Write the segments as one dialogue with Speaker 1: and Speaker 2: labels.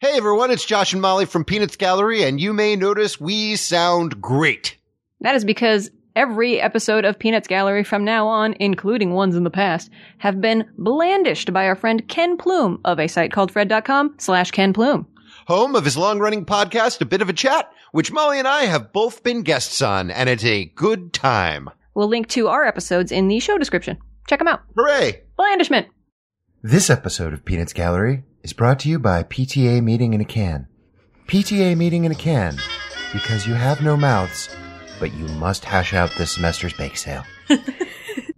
Speaker 1: Hey everyone, it's Josh and Molly from Peanuts Gallery, and you may notice we sound great.
Speaker 2: That is because every episode of Peanuts Gallery from now on, including ones in the past, have been blandished by our friend Ken Plume of a site called fred.com slash Ken Plume.
Speaker 1: Home of his long running podcast, A Bit of a Chat, which Molly and I have both been guests on, and it's a good time.
Speaker 2: We'll link to our episodes in the show description. Check them out.
Speaker 1: Hooray!
Speaker 2: Blandishment.
Speaker 3: This episode of Peanuts Gallery is brought to you by PTA Meeting in a Can. PTA Meeting in a Can, because you have no mouths, but you must hash out this semester's bake sale.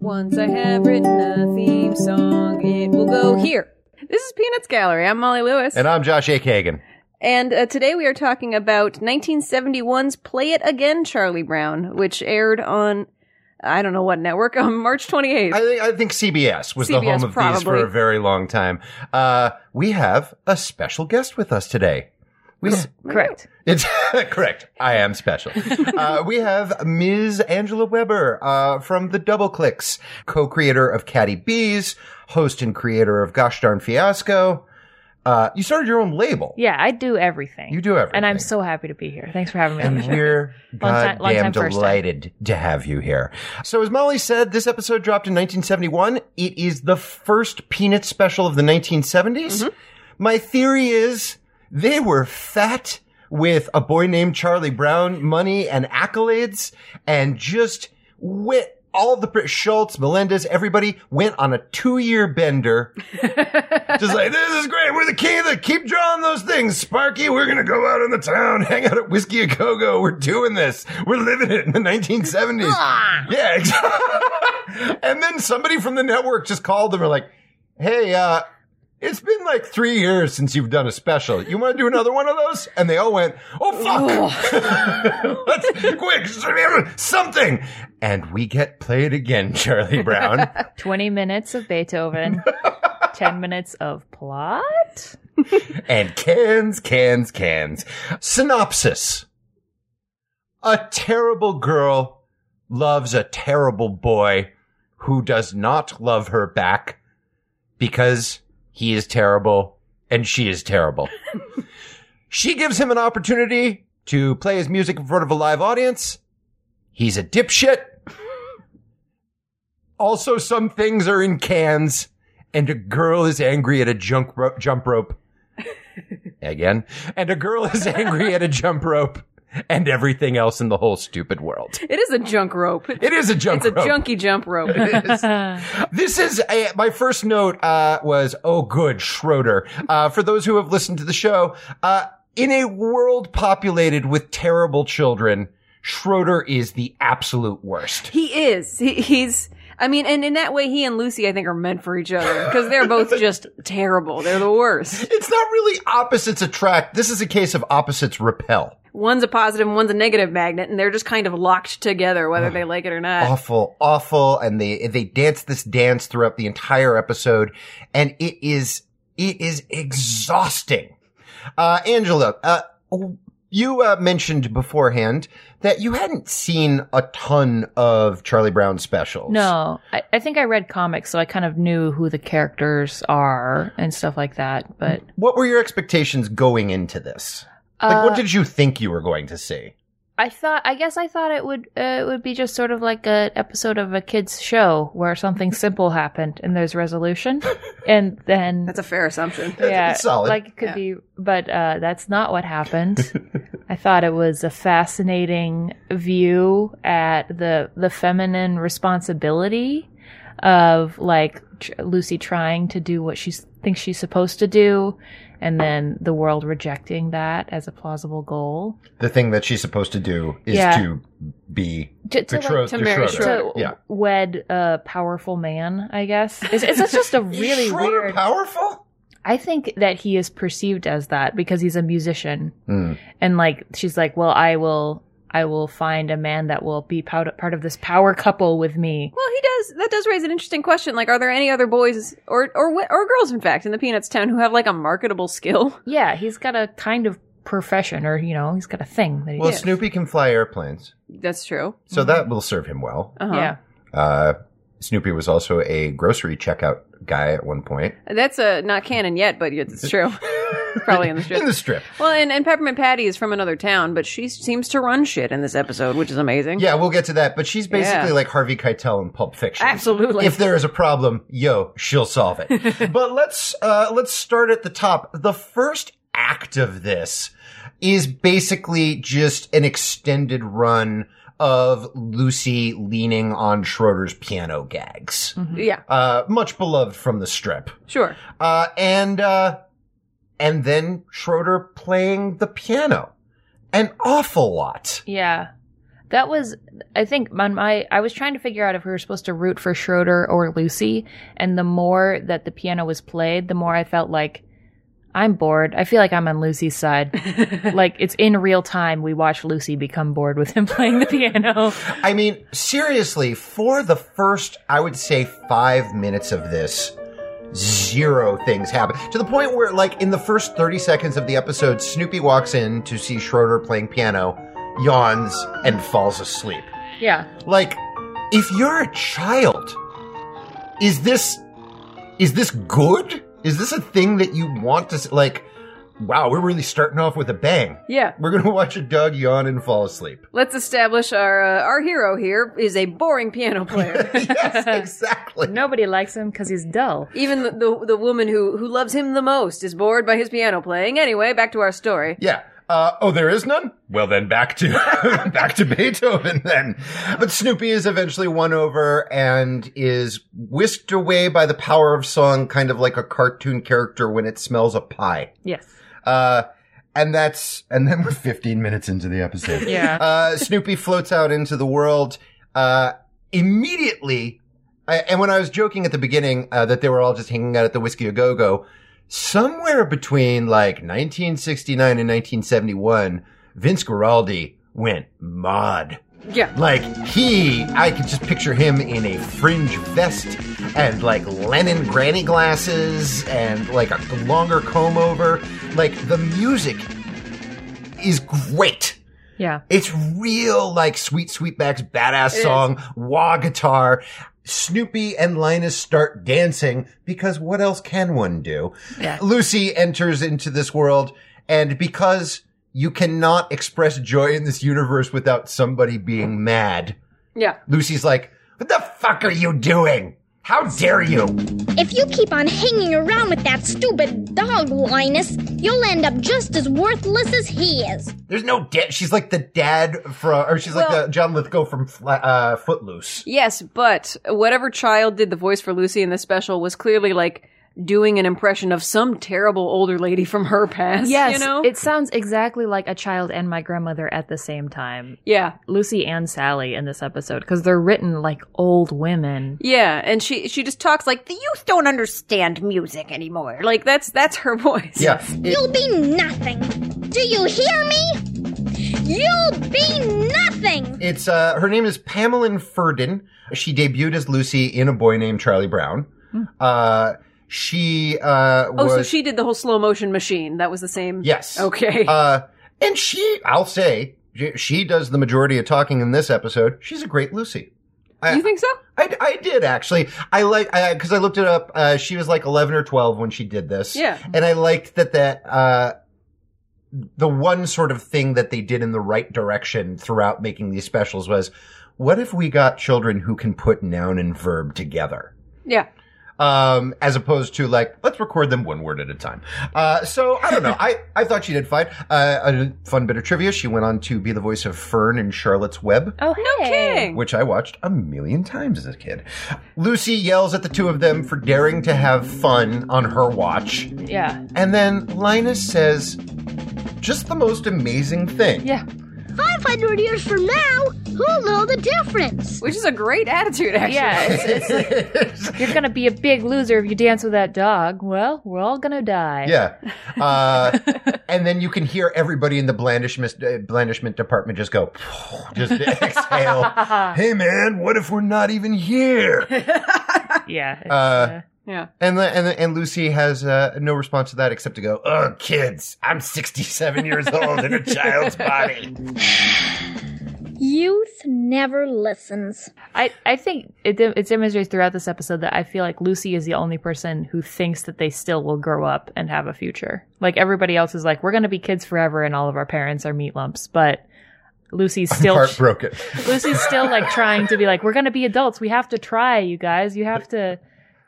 Speaker 2: Once I have written a theme song, it will go here. This is Peanuts Gallery. I'm Molly Lewis.
Speaker 3: And I'm Josh A. Kagan.
Speaker 2: And uh, today we are talking about 1971's Play It Again, Charlie Brown, which aired on, I don't know what network, on March 28th.
Speaker 3: I think, I think CBS was the
Speaker 2: CBS,
Speaker 3: home of these for
Speaker 2: probably.
Speaker 3: a very long time. Uh, we have a special guest with us today. We, s-
Speaker 2: Correct.
Speaker 3: It's correct. I am special. uh, we have Ms. Angela Weber uh, from the Double Clicks, co-creator of Caddy Bees, host and creator of Gosh Darn Fiasco. Uh, you started your own label.
Speaker 4: Yeah, I do everything.
Speaker 3: You do everything.
Speaker 4: And I'm so happy to be here. Thanks for having me on the
Speaker 3: And
Speaker 4: show.
Speaker 3: we're
Speaker 4: Long time- long
Speaker 3: goddamn
Speaker 4: time, first time.
Speaker 3: delighted to have you here. So, as Molly said, this episode dropped in 1971. It is the first Peanut special of the 1970s.
Speaker 4: Mm-hmm.
Speaker 3: My theory is they were fat with a boy named Charlie Brown, money and accolades, and just went. All the Brit Schultz, Melendez, everybody went on a two-year bender. Just like, this is great. We're the king of the, keep drawing those things. Sparky, we're going to go out in the town, hang out at Whiskey A Go Go. We're doing this. We're living it in the 1970s. yeah. ex- and then somebody from the network just called them and like, hey, uh, it's been like three years since you've done a special. You want to do another one of those? And they all went, oh fuck. Let's, quick, something. And we get played again, Charlie Brown.
Speaker 4: 20 minutes of Beethoven, 10 minutes of plot.
Speaker 3: and cans, cans, cans. Synopsis. A terrible girl loves a terrible boy who does not love her back because he is terrible and she is terrible. she gives him an opportunity to play his music in front of a live audience. He's a dipshit. Also, some things are in cans, and a girl is angry at a junk ro- jump rope again. And a girl is angry at a jump rope and everything else in the whole stupid world.
Speaker 2: It is a junk rope.
Speaker 3: It is a jump
Speaker 2: It's a
Speaker 3: rope.
Speaker 2: junky jump rope.
Speaker 3: This is a, my first note uh, was oh good Schroeder. Uh, for those who have listened to the show, uh, in a world populated with terrible children, Schroeder is the absolute worst.
Speaker 2: He is. He, he's. I mean, and in that way, he and Lucy, I think, are meant for each other because they're both just terrible. They're the worst.
Speaker 3: It's not really opposites attract. This is a case of opposites repel.
Speaker 2: One's a positive, and one's a negative magnet, and they're just kind of locked together, whether they like it or not.
Speaker 3: awful, awful, and they they dance this dance throughout the entire episode, and it is it is exhausting. Uh, Angela, uh, you uh, mentioned beforehand that you hadn't seen a ton of Charlie Brown specials.
Speaker 4: No, I, I think I read comics, so I kind of knew who the characters are and stuff like that. But
Speaker 3: What were your expectations going into this? Like,
Speaker 4: Uh,
Speaker 3: what did you think you were going to see?
Speaker 4: I thought, I guess I thought it would, uh, it would be just sort of like an episode of a kid's show where something simple happened and there's resolution. and then
Speaker 2: That's a fair assumption.
Speaker 4: yeah,
Speaker 3: It's solid.
Speaker 4: Like it could
Speaker 2: Yeah.
Speaker 4: be, but uh, that's not what happened. I thought it was a fascinating view at the the feminine responsibility of like tr- Lucy trying to do what she s- thinks she's supposed to do, and then the world rejecting that as a plausible goal.
Speaker 3: The thing that she's supposed to do is
Speaker 4: Yeah.
Speaker 3: to be
Speaker 4: To, to, like,
Speaker 3: betrothed
Speaker 2: to marry
Speaker 3: Schroeder.
Speaker 2: Schroeder.
Speaker 4: to
Speaker 3: Yeah.
Speaker 4: wed a powerful man, I guess. It's, it's just a really
Speaker 3: is Schroeder
Speaker 4: weird.
Speaker 3: powerful.
Speaker 4: I think that he is perceived as that because he's a musician.
Speaker 3: Hmm.
Speaker 4: and like she's like well i will i will find a man that will be pow- part of this power couple with me
Speaker 2: Well, he does. That does raise an interesting question. Like, are there any other boys or or wi- or girls, in fact, in the Peanuts town who have like a marketable skill?
Speaker 4: yeah he's got a kind of profession or you know he's got a thing that he
Speaker 3: Well,
Speaker 2: Yes.
Speaker 3: Snoopy can fly airplanes.
Speaker 2: That's true.
Speaker 3: So
Speaker 4: Mm-hmm.
Speaker 3: that will serve him well.
Speaker 2: Uh-huh.
Speaker 4: yeah
Speaker 3: Uh, Snoopy was also a grocery checkout guy at one point.
Speaker 2: That's uh, not canon yet, but it's true. Probably in the strip.
Speaker 3: in the strip.
Speaker 2: well, and, and Peppermint Patty is from another town, but she seems to run shit in this episode, which is amazing.
Speaker 3: Yeah, we'll get to that. But she's basically
Speaker 2: Yeah.
Speaker 3: like Harvey Keitel in Pulp Fiction.
Speaker 2: Absolutely.
Speaker 3: If there is a problem, yo, she'll solve it. but let's uh, let's start at the top. The first act of this is basically just an extended run of Lucy leaning on Schroeder's piano gags,
Speaker 4: Mm-hmm.
Speaker 2: yeah,
Speaker 3: uh, much beloved from the strip,
Speaker 2: sure.
Speaker 3: uh, and uh, and then Schroeder playing the piano, an awful lot.
Speaker 4: Yeah. That was, I think, on my. I was trying to figure out if we were supposed to root for Schroeder or Lucy, and the more that the piano was played, the more I felt like I'm bored. I feel like I'm on Lucy's side. like it's in real time. We watch Lucy become bored with him playing the piano.
Speaker 3: I mean, seriously, for the first, I would say, five minutes of this, zero things happen. To the point where, like, in the first 30 seconds of the episode, Snoopy walks in to see Schroeder playing piano, yawns, and falls asleep.
Speaker 4: Yeah.
Speaker 3: Like, if you're a child, is this, is this good? Is this a thing that you want to, s- like, wow, we're really starting off with a bang.
Speaker 2: Yeah.
Speaker 3: We're gonna watch a dog yawn and fall asleep.
Speaker 2: Let's establish our uh, our hero here is a boring piano player.
Speaker 3: yes, exactly.
Speaker 4: Nobody likes him because he's dull.
Speaker 2: Even the, the the woman who who loves him the most is bored by his piano playing. Anyway, back to our story.
Speaker 3: Yeah. Uh, oh, there is none. Well, then back to back to Beethoven then. But Snoopy is eventually won over and is whisked away by the power of song, kind of like a cartoon character when it smells a pie.
Speaker 4: Yes.
Speaker 3: Uh, and that's and then we're 15 minutes into the episode.
Speaker 4: Yeah.
Speaker 3: Uh, Snoopy floats out into the world uh, immediately. I, and when I was joking at the beginning uh, that they were all just hanging out at the Whiskey A Go Go, somewhere between like 1969 and 1971, Vince Guaraldi went mod.
Speaker 2: Yeah.
Speaker 3: Like he, I could just picture him in a fringe vest and like Lennon granny glasses and like a longer comb over. Like the music is great.
Speaker 4: Yeah.
Speaker 3: It's real like Sweet Sweetback's badass song, wah guitar. Snoopy and Linus start dancing because what else can one do?
Speaker 4: Yeah.
Speaker 3: Lucy enters into this world and because you cannot express joy in this universe without somebody being mad.
Speaker 2: Yeah.
Speaker 3: Lucy's like, what the fuck are you doing? How dare you?
Speaker 5: If you keep on hanging around with that stupid dog, Linus, you'll end up just as worthless as he is.
Speaker 3: There's no dad. She's like the dad from, or she's like
Speaker 2: Well-
Speaker 3: the John Lithgow from Fla- uh, Footloose.
Speaker 2: Yes, but whatever child did the voice for Lucy in this special was clearly like doing an impression of some terrible older lady from her past.
Speaker 4: Yes.
Speaker 2: You know.
Speaker 4: It sounds exactly like a child and my grandmother at the same time.
Speaker 2: yeah.
Speaker 4: Lucy and Sally in this episode because they're written like old women.
Speaker 2: Yeah, and she she just talks like the youth don't understand music anymore. Like that's that's her voice.
Speaker 3: Yeah. It-
Speaker 5: You'll be nothing. Do you hear me? You'll be nothing.
Speaker 3: It's uh, her name is Pamela Ferdin. She debuted as Lucy in A Boy Named Charlie Brown. Uh, she uh,
Speaker 2: Hmm. Oh,
Speaker 3: was
Speaker 2: so she did the whole slow motion machine. That was the same.
Speaker 3: yes
Speaker 2: Okay.
Speaker 3: Uh, and she, I'll say, she- she does the majority of talking in this episode. She's a great Lucy. I-
Speaker 2: you think so?
Speaker 3: I, I did actually. I like because I looked it up. Uh, she was like eleven or twelve when she did this.
Speaker 2: Yeah.
Speaker 3: and I liked that that uh, the one sort of thing that they did in the right direction throughout making these specials was, what if we got children who can put noun and verb together?
Speaker 2: Yeah.
Speaker 3: Um, as opposed to like, let's record them one word at a time. Uh, so I don't know. I, I thought she did fine. Uh, a fun bit of trivia. She went on to be the voice of Fern in Charlotte's Web
Speaker 4: Oh,
Speaker 2: No kidding.
Speaker 3: which I watched a million times as a kid. Lucy yells at the two of them for daring to have fun on her watch.
Speaker 4: Yeah.
Speaker 3: And then Linus says just the most amazing thing.
Speaker 4: Yeah.
Speaker 5: 500 years from now, who'll know the difference?
Speaker 2: Which is a great attitude, actually.
Speaker 4: Yeah. It's, it's like, you're going to be a big loser if you dance with that dog. Well, we're all going to die.
Speaker 3: Yeah. Uh, and then you can hear everybody in the blandishment, uh, blandishment department just go, just exhale. hey, man, what if we're not even here?
Speaker 4: Yeah. it's,
Speaker 3: Uh,
Speaker 2: Yeah.
Speaker 3: And the- and the- and Lucy has uh, no response to that except to go, "Oh, kids, I'm 67 years old in a child's body."
Speaker 5: Youth never listens.
Speaker 4: I, I think it, dem- it demonstrates throughout this episode that I feel like Lucy is the only person who thinks that they still will grow up and have a future. Like everybody else is like, we're going to be kids forever, and all of our parents are meat lumps. But Lucy's still
Speaker 3: Heartbroken.
Speaker 4: Lucy's still like trying to be like, we're going to be adults. We have to try, you guys. You have to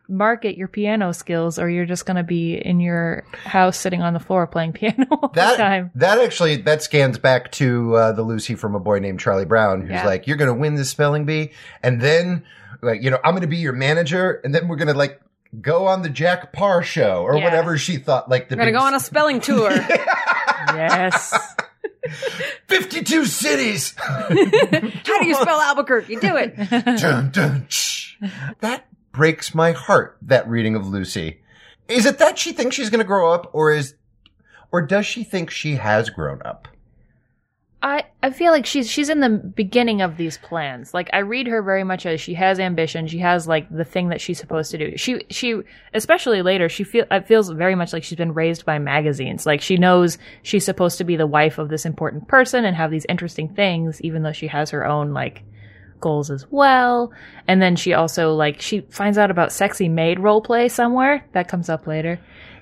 Speaker 4: market your piano skills, or you're just going to be in your house sitting on the floor playing piano all the
Speaker 3: That
Speaker 4: time.
Speaker 3: that actually that scans back to uh, the Lucy from a boy named Charlie Brown, who's
Speaker 4: Yeah.
Speaker 3: like, "You're going to win this spelling bee, and then like you know I'm going to be your manager, and then we're going to like go on the Jack Parr show or
Speaker 4: Yeah.
Speaker 3: whatever she thought like the
Speaker 2: We're gonna
Speaker 3: big
Speaker 2: go on a spelling tour.
Speaker 4: Yes.
Speaker 3: 52 cities.
Speaker 2: How do you spell Albuquerque? Do it.
Speaker 3: Dun, dun, tsh. that breaks my heart. That reading of Lucy. Is it that she thinks she's going to grow up, or is, or does she think she has grown up?
Speaker 4: I, I feel like she's she's in the beginning of these plans. Like I read her very much as she has ambition. She has like the thing that she's supposed to do. She she especially later she feel it feels very much like she's been raised by magazines. Like she knows she's supposed to be the wife of this important person and have these interesting things, even though she has her own like goals as well. And then she also like she finds out about sexy maid role play somewhere that comes up later.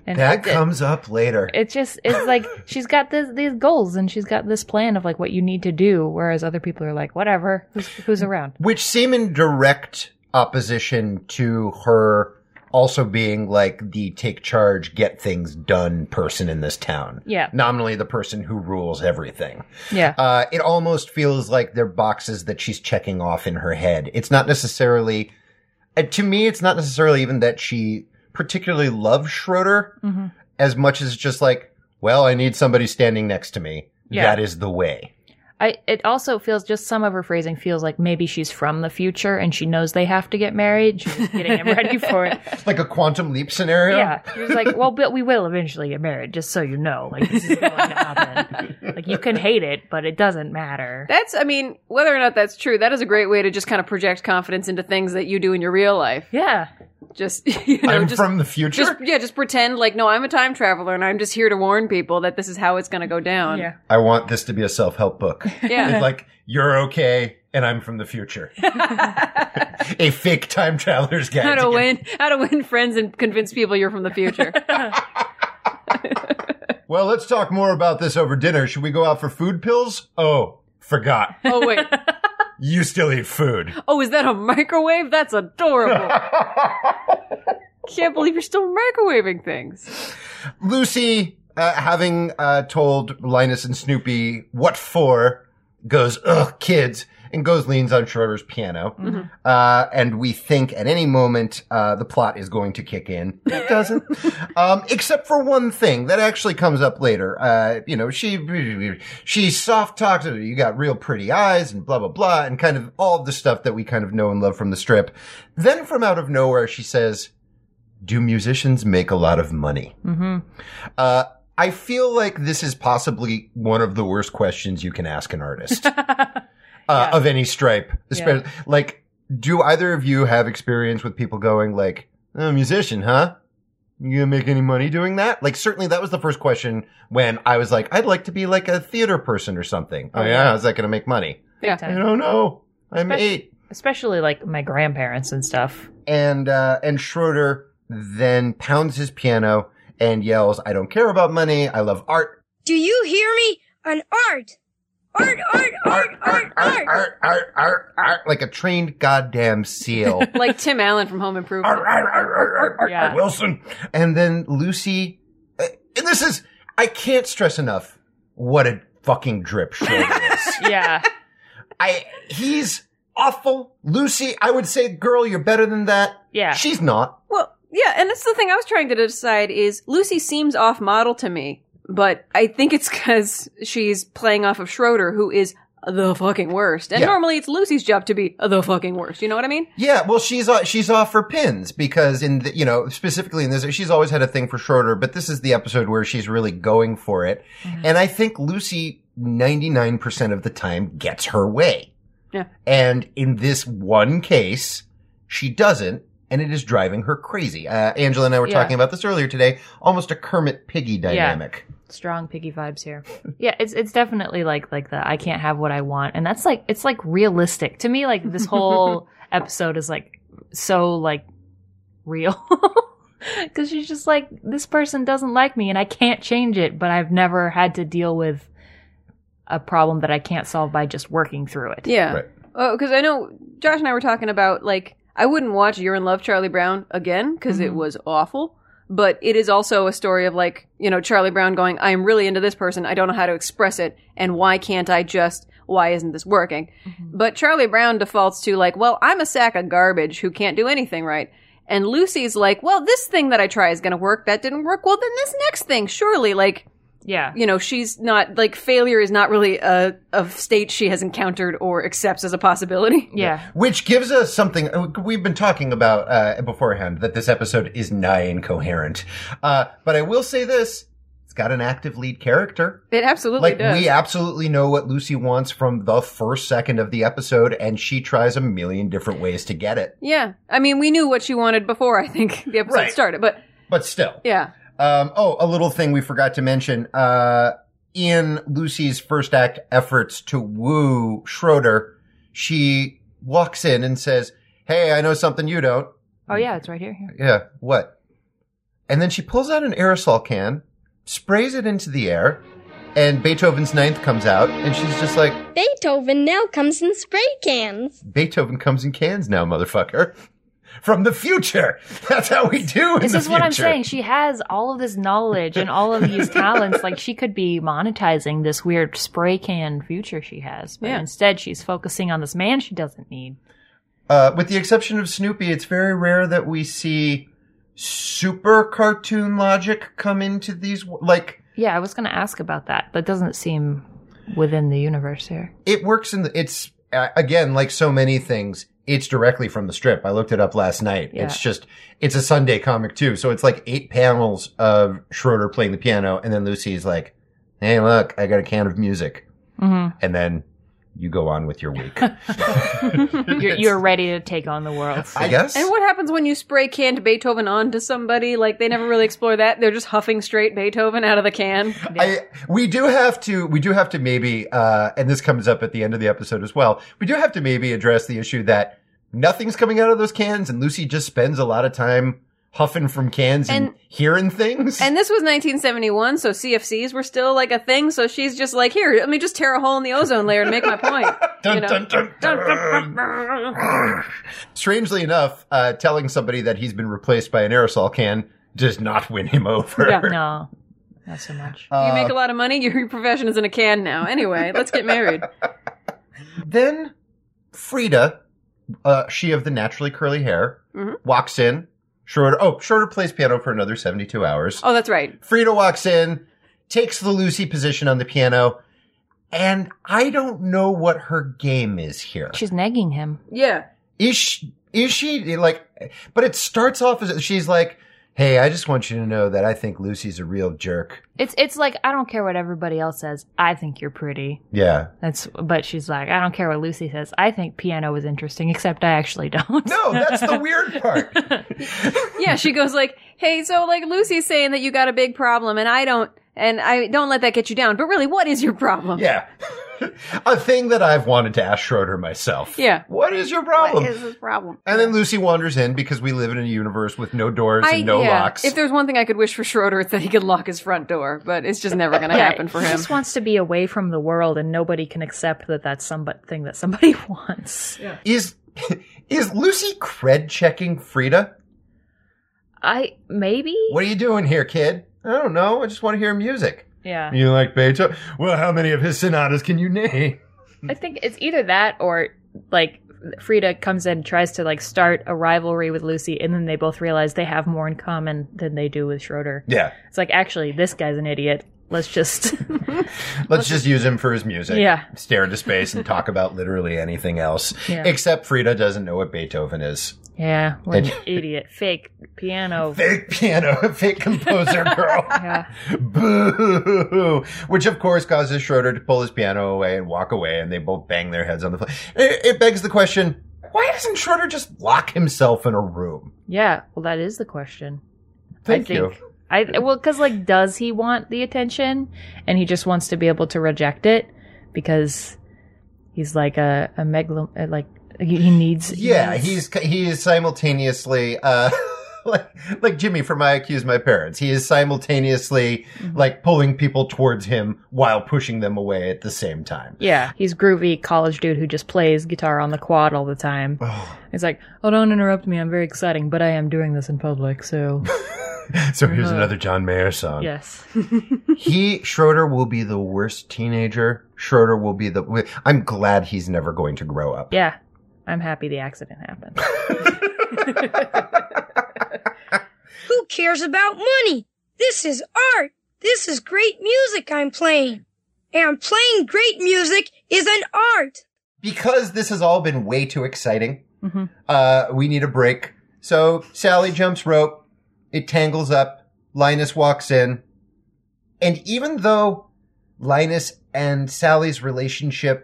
Speaker 4: And
Speaker 3: That comes up later.
Speaker 4: it's just it's like she's got this these goals and she's got this plan of like what you need to do whereas other people are like whatever who's who's around
Speaker 3: which seem in direct opposition to her also being like the take charge, get things done person in this town.
Speaker 4: Yeah.
Speaker 3: Nominally the person who rules everything.
Speaker 4: yeah
Speaker 3: Uh, it almost feels like they're boxes that she's checking off in her head. It's not necessarily, uh, to me, it's not necessarily even that she particularly loves Schroeder
Speaker 4: Mhm.
Speaker 3: as much as just like, well, I need somebody standing next to me.
Speaker 4: Yeah.
Speaker 3: That is the way.
Speaker 4: i it also feels just some of her phrasing feels like maybe she's from the future and she knows they have to get married she's just getting them ready for it
Speaker 3: Like a quantum leap scenario.
Speaker 4: yeah she's like well but we will eventually get married just so you know like this is going to happen like you can hate it but it doesn't matter
Speaker 2: That's, I mean, whether or not that's true, that is a great way to just kind of project confidence into things that you do in your real life.
Speaker 4: yeah
Speaker 2: Just, you know,
Speaker 3: I'm
Speaker 2: just,
Speaker 3: from the future.
Speaker 2: just, yeah, just pretend like, no, I'm a time traveler and I'm just here to warn people that this is how it's going to go down.
Speaker 4: yeah
Speaker 3: I want this to be a self help book.
Speaker 2: Yeah.
Speaker 3: It's like, you're okay, and I'm from the future. a fake time traveler's guide.
Speaker 2: How
Speaker 3: to
Speaker 2: to
Speaker 3: get-
Speaker 2: win, how to win friends and convince people you're from the future.
Speaker 3: Well, let's talk more about this over dinner. Should we go out for food pills? Oh, forgot.
Speaker 2: oh wait,
Speaker 3: You still eat food.
Speaker 2: oh is that a microwave? That's adorable. Can't believe you're still microwaving things.
Speaker 3: Lucy, uh, having uh, told Linus and Snoopy what for, goes, ugh, kids, and goes leans on Schroeder's piano. Uh, and we think at any moment uh, the plot is going to kick in. It doesn't. um, except for one thing that actually comes up later. Uh, you know, she she soft talks, you got real pretty eyes and blah, blah, blah, and kind of all of the stuff that we kind of know and love from the strip. Then from out of nowhere, she says, do musicians make a lot of money?
Speaker 4: hmm
Speaker 3: Uh, I feel like this is possibly one of the worst questions you can ask an artist uh, of any stripe. Espe- Like, do either of you have experience with people going like, "A musician, huh? You gonna make any money doing that?" Like, certainly that was the first question when I was like, "I'd like to be like a theater person or something." Oh yeah, how's that gonna make money?
Speaker 2: Yeah.
Speaker 3: I don't know. I'm
Speaker 4: Especially-
Speaker 3: eight
Speaker 4: especially like my grandparents and stuff
Speaker 3: and uh, and Schroeder then pounds his piano and yells, "I don't care about money. I love art,
Speaker 5: Do you hear me? An art! Art, art, art, art, art!
Speaker 3: art, art, art, art, like a trained goddamn seal."
Speaker 2: Like Tim Allen from Home Improvement.
Speaker 3: Art, art, art, art, art, art,
Speaker 4: Yeah.
Speaker 3: Wilson, and then Lucy. uh, And this is I can't stress enough what a fucking drip Schroeder is.
Speaker 4: yeah
Speaker 3: I he's awful. Lucy, I would say, girl, you're better than that.
Speaker 4: yeah
Speaker 3: She's not.
Speaker 2: Well, yeah, and that's the thing I was trying to decide is Lucy seems off model to me, but I think it's because she's playing off of Schroeder, who is the fucking worst. And
Speaker 3: Yeah.
Speaker 2: normally it's Lucy's job to be the fucking worst. You know what I mean?
Speaker 3: Yeah, well, she's off, she's off her pins because in the, you know specifically in this, she's always had a thing for Schroeder, but this is the episode where she's really going for it, and I think Lucy ninety nine percent of the time gets her way.
Speaker 2: Yeah.
Speaker 3: and in this one case, she doesn't, and it is driving her crazy. Uh, Angela and I were
Speaker 4: Yeah.
Speaker 3: talking about this earlier today, almost a Kermit Piggy dynamic.
Speaker 4: strong piggy vibes here. Yeah, it's it's definitely like like the I can't have what I want, and that's like it's like realistic to me. Like this whole episode is like so like real because she's just like this person doesn't like me, and I can't change it, but I've never had to deal with a problem that I can't solve by just working through it.
Speaker 2: Yeah.
Speaker 3: Right.
Speaker 2: Oh, because I know Josh and I were talking about like I wouldn't watch You're in Love, Charlie Brown again because it
Speaker 4: Mhm.
Speaker 2: was awful. But it is also a story of like you know Charlie Brown going, I am really into this person. I don't know how to express it, and why can't I just? Why isn't this working? But Charlie Brown defaults to like, well, I'm a sack of garbage who can't do anything right. And Lucy's like, well, this thing that I try is going to work. That didn't work. Well, then this next thing, surely, like
Speaker 4: Yeah.
Speaker 2: you know, she's not like failure is not really a, a state she has encountered or accepts as a possibility.
Speaker 4: Yeah.
Speaker 3: Which gives us something uh, we've been talking about uh, beforehand that this episode is nigh incoherent. Uh, but I will say this it's got an active lead character.
Speaker 2: It absolutely
Speaker 3: Like,
Speaker 2: does.
Speaker 3: we absolutely know what Lucy wants from the first second of the episode, and she tries a million different ways to get it.
Speaker 2: yeah. I mean, we knew what she wanted before, I think, the episode
Speaker 3: Right.
Speaker 2: started. But
Speaker 3: But still.
Speaker 2: yeah.
Speaker 3: Um, oh, a little thing we forgot to mention. Uh, in Lucy's first act efforts to woo Schroeder, she walks in and says, Hey, I know something you don't.
Speaker 4: Oh yeah, it's right here. here.
Speaker 3: Yeah, what? And then she pulls out an aerosol can, sprays it into the air, and Beethoven's ninth comes out, and she's just like,
Speaker 5: Beethoven now comes in spray cans.
Speaker 3: Beethoven comes in cans now, motherfucker. From the future. That's how we do in
Speaker 4: This
Speaker 3: the
Speaker 4: is what I'm
Speaker 3: future.
Speaker 4: saying. She has all of this knowledge and all of these talents. Like she could be monetizing this weird spray can future she has, but
Speaker 2: Yeah.
Speaker 4: instead she's focusing on this man she doesn't need.
Speaker 3: Uh, with the exception of Snoopy, it's very rare that we see super cartoon logic come into these. w- Like,
Speaker 4: Yeah, I was going to ask about that, but it doesn't seem within the universe here.
Speaker 3: it works in the, it's, uh, again, like so many things, it's directly from the strip. I looked it up last night.
Speaker 4: Yeah.
Speaker 3: It's just, it's a Sunday comic too. So it's like eight panels of Schroeder playing the piano, and then Lucy's like, hey, look, I got a can of music.
Speaker 4: Mm-hmm.
Speaker 3: And then you go on with your week.
Speaker 4: You're, you're ready to take on the world.
Speaker 3: I guess.
Speaker 2: And what happens when you spray canned Beethoven onto somebody? Like, they never really explore that. They're just huffing straight Beethoven out of the can.
Speaker 3: I, we do have to, we do have to maybe, uh, and this comes up at the end of the episode as well. We do have to maybe address the issue that nothing's coming out of those cans and Lucy just spends a lot of time huffing from cans and,
Speaker 2: And-
Speaker 3: hearing things.
Speaker 2: And this was 1971, so CFCs were still like a thing. So she's just like, here, let me just tear a hole in the ozone layer to make my point.
Speaker 3: Dun,
Speaker 2: you know.
Speaker 3: dun, dun, dun. Strangely enough, uh, telling somebody that he's been replaced by an aerosol can does not win him over.
Speaker 2: Yeah.
Speaker 4: no, not so much.
Speaker 3: Uh,
Speaker 2: you make a lot of money, your profession is in a can now. Anyway, let's get married.
Speaker 3: Then Frida, uh, she of the naturally curly hair,
Speaker 2: Mhm.
Speaker 3: walks in. Schroeder, oh, Schroeder plays piano for another 72 hours.
Speaker 2: Oh, that's right.
Speaker 3: Frida walks in, takes the Lucy position on the piano, and I don't know what her game is here.
Speaker 4: She's nagging him.
Speaker 2: Yeah.
Speaker 3: Is she, is she like, but it starts off as she's like, Hey, I just want you to know that I think Lucy's a real jerk.
Speaker 4: It's it's like I don't care what everybody else says. I think you're pretty.
Speaker 3: Yeah.
Speaker 4: That's but she's like I don't care what Lucy says. I think piano is interesting, except I actually don't.
Speaker 3: No, that's the weird part.
Speaker 2: Yeah, she goes like, "Hey, so like Lucy's saying that you got a big problem and I don't and I don't let that get you down. But really, what is your problem?"
Speaker 3: Yeah. a thing that I've wanted to ask Schroeder myself.
Speaker 2: Yeah.
Speaker 3: What is your problem?
Speaker 2: What is his problem?
Speaker 3: and then Lucy wanders in because we live in a universe with no doors and no
Speaker 2: yeah,
Speaker 3: locks.
Speaker 2: If there's one thing I could wish for Schroeder, it's that he could lock his front door, but it's just never going to happen for
Speaker 4: He
Speaker 2: him.
Speaker 4: just wants to be away from the world, and nobody can accept that that's something that somebody wants.
Speaker 3: Is is Lucy cred checking Frida?
Speaker 4: I maybe.
Speaker 3: What are you doing here, kid? I don't know. I just want to hear music.
Speaker 4: Yeah,
Speaker 3: You like Beethoven? Well, how many of his sonatas can you name?
Speaker 4: I think it's either that or like Frida comes in, tries to like start a rivalry with Lucy, and then they both realize they have more in common than they do with Schroeder.
Speaker 3: Yeah.
Speaker 4: It's like actually, this guy's an idiot. Let's just
Speaker 3: Let's, just use him for his music.
Speaker 4: Yeah.
Speaker 3: Stare into space and talk about literally anything else.
Speaker 4: Yeah.
Speaker 3: Except Frida doesn't know what Beethoven is.
Speaker 4: yeah, what an idiot, fake piano.
Speaker 3: Fake piano, fake composer girl.
Speaker 4: Yeah.
Speaker 3: Boo! Which of course causes Schroeder to pull his piano away and walk away, and they both bang their heads on the floor. It, it begs the question: Why doesn't Schroeder just lock himself in a room?
Speaker 4: yeah. Well, that is the question.
Speaker 3: Thank
Speaker 4: I think
Speaker 3: you.
Speaker 4: I well, because like, does he want the attention, and he just wants to be able to reject it because he's like a a megalom uh, like he he needs. he
Speaker 3: Yeah,
Speaker 4: needs-
Speaker 3: he's he is simultaneously uh like like Jimmy from I accuse my parents. He is simultaneously like pulling people towards him while pushing them away at the same time.
Speaker 4: yeah, he's groovy college dude who just plays guitar on the quad all the time. He's like, oh, don't interrupt me. I'm very exciting, but I am doing this in public, so
Speaker 3: So here's
Speaker 4: Uh-huh.
Speaker 3: another John Mayer song.
Speaker 4: yes.
Speaker 3: He Schroeder will be the worst teenager. Schroeder will be the I'm glad he's never going to grow up.
Speaker 4: Yeah, I'm happy the accident happened.
Speaker 6: Who cares about money? This is art. This is great music I'm playing. And playing great music is an art.
Speaker 3: because this has all been way too exciting,
Speaker 2: Mm-hmm.
Speaker 4: Mhm.
Speaker 3: uh, we need a break. So Sally jumps rope. It tangles up. Linus walks in. And even though Linus and Sally's relationship,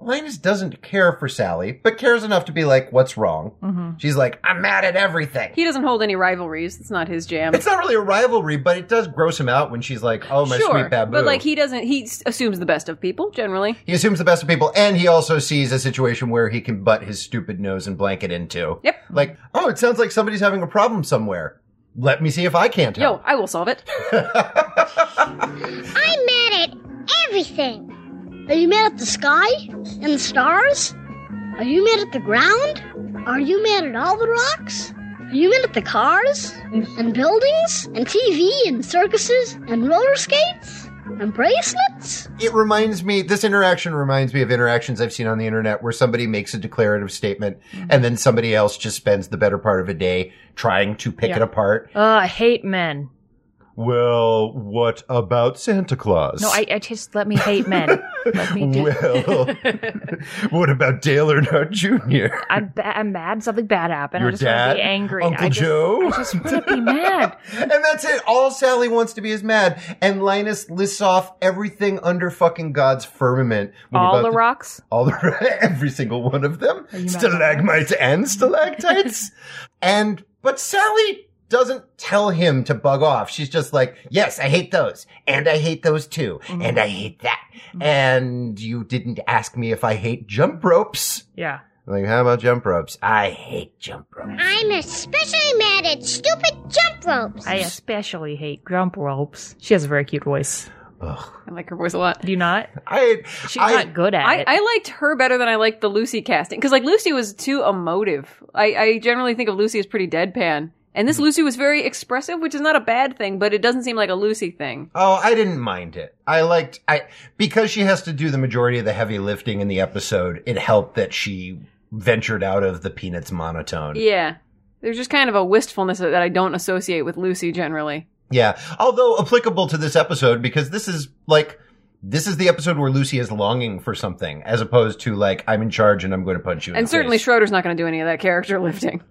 Speaker 3: Linus doesn't care for Sally, but cares enough to be like, what's wrong?
Speaker 4: hmm
Speaker 3: She's like, I'm mad at everything.
Speaker 2: Mm-hmm. He doesn't hold any rivalries. It's not his jam.
Speaker 3: it's not really a rivalry, but it does gross him out when she's like, oh, my
Speaker 2: sure,
Speaker 3: sweet babu.
Speaker 2: but like he doesn't. He s- assumes the best of people generally.
Speaker 3: He assumes the best of people, and he also sees a situation where he can butt his stupid nose and blanket into.
Speaker 2: Yep.
Speaker 3: Like, oh, it sounds like somebody's having a problem somewhere. Let me see if I can't
Speaker 2: Yo,
Speaker 3: help.
Speaker 2: I will solve it.
Speaker 5: I'm mad at everything. Are you mad at the sky and the stars? Are you mad at the ground? Are you mad at all the rocks? Are you mad at the cars and buildings and TV and circuses and roller skates and bracelets?
Speaker 3: It reminds me, this interaction reminds me of interactions I've seen on the internet where somebody makes a declarative statement and then somebody else just spends the better part of a day trying to pick
Speaker 4: Yeah.
Speaker 3: it apart.
Speaker 4: Oh, I hate men.
Speaker 3: Well, what about Santa Claus?
Speaker 4: No, I, I just let me hate men. Let me do.
Speaker 3: Well, what about Dale Earnhardt Jr.?
Speaker 4: I'm ba- I'm mad. Something bad happened.
Speaker 3: Your
Speaker 4: I just
Speaker 3: dad,
Speaker 4: want to be angry.
Speaker 3: Uncle
Speaker 4: I just,
Speaker 3: Joe.
Speaker 4: I just want to be mad.
Speaker 3: and that's it. All Sally wants to be is mad. And Linus lists off everything under fucking God's firmament. When
Speaker 4: All
Speaker 3: about
Speaker 4: the
Speaker 3: to-
Speaker 4: rocks.
Speaker 3: all the every single one of them.
Speaker 4: Are you mad at
Speaker 3: Stalagmites and stalactites. and but Sally doesn't tell him to bug off. She's just like, "Yes, I hate those, and I hate those too,
Speaker 4: Mm-hmm.
Speaker 3: and I hate that." And you didn't ask me if I hate jump ropes.
Speaker 4: Yeah.
Speaker 3: Like, how about jump ropes? I hate jump ropes.
Speaker 4: Mm-hmm.
Speaker 5: I'm especially mad at stupid jump ropes.
Speaker 4: I especially hate grump ropes. She has a very cute voice.
Speaker 3: Ugh.
Speaker 2: I like her voice a lot.
Speaker 4: Do you not?
Speaker 3: I,
Speaker 4: She's
Speaker 3: I,
Speaker 4: not good at
Speaker 2: I,
Speaker 4: it.
Speaker 2: I liked her better than I liked the Lucy casting because like Lucy was too emotive. I, I generally think of Lucy as pretty deadpan, and this Lucy was very expressive, which is not a bad thing, but it doesn't seem like a Lucy thing.
Speaker 3: Oh, I didn't mind it. I liked I because she has to do the majority of the heavy lifting in the episode. It helped that she ventured out of the Peanuts monotone.
Speaker 2: Yeah, there's just kind of a wistfulness that I don't associate with Lucy generally.
Speaker 3: Yeah. Although applicable to this episode because this is like this is the episode where Lucy is longing for something as opposed to like I'm in charge and I'm going to punch you in
Speaker 2: And
Speaker 3: the
Speaker 2: certainly
Speaker 3: face.
Speaker 2: Schroeder's not going to do any of that character lifting.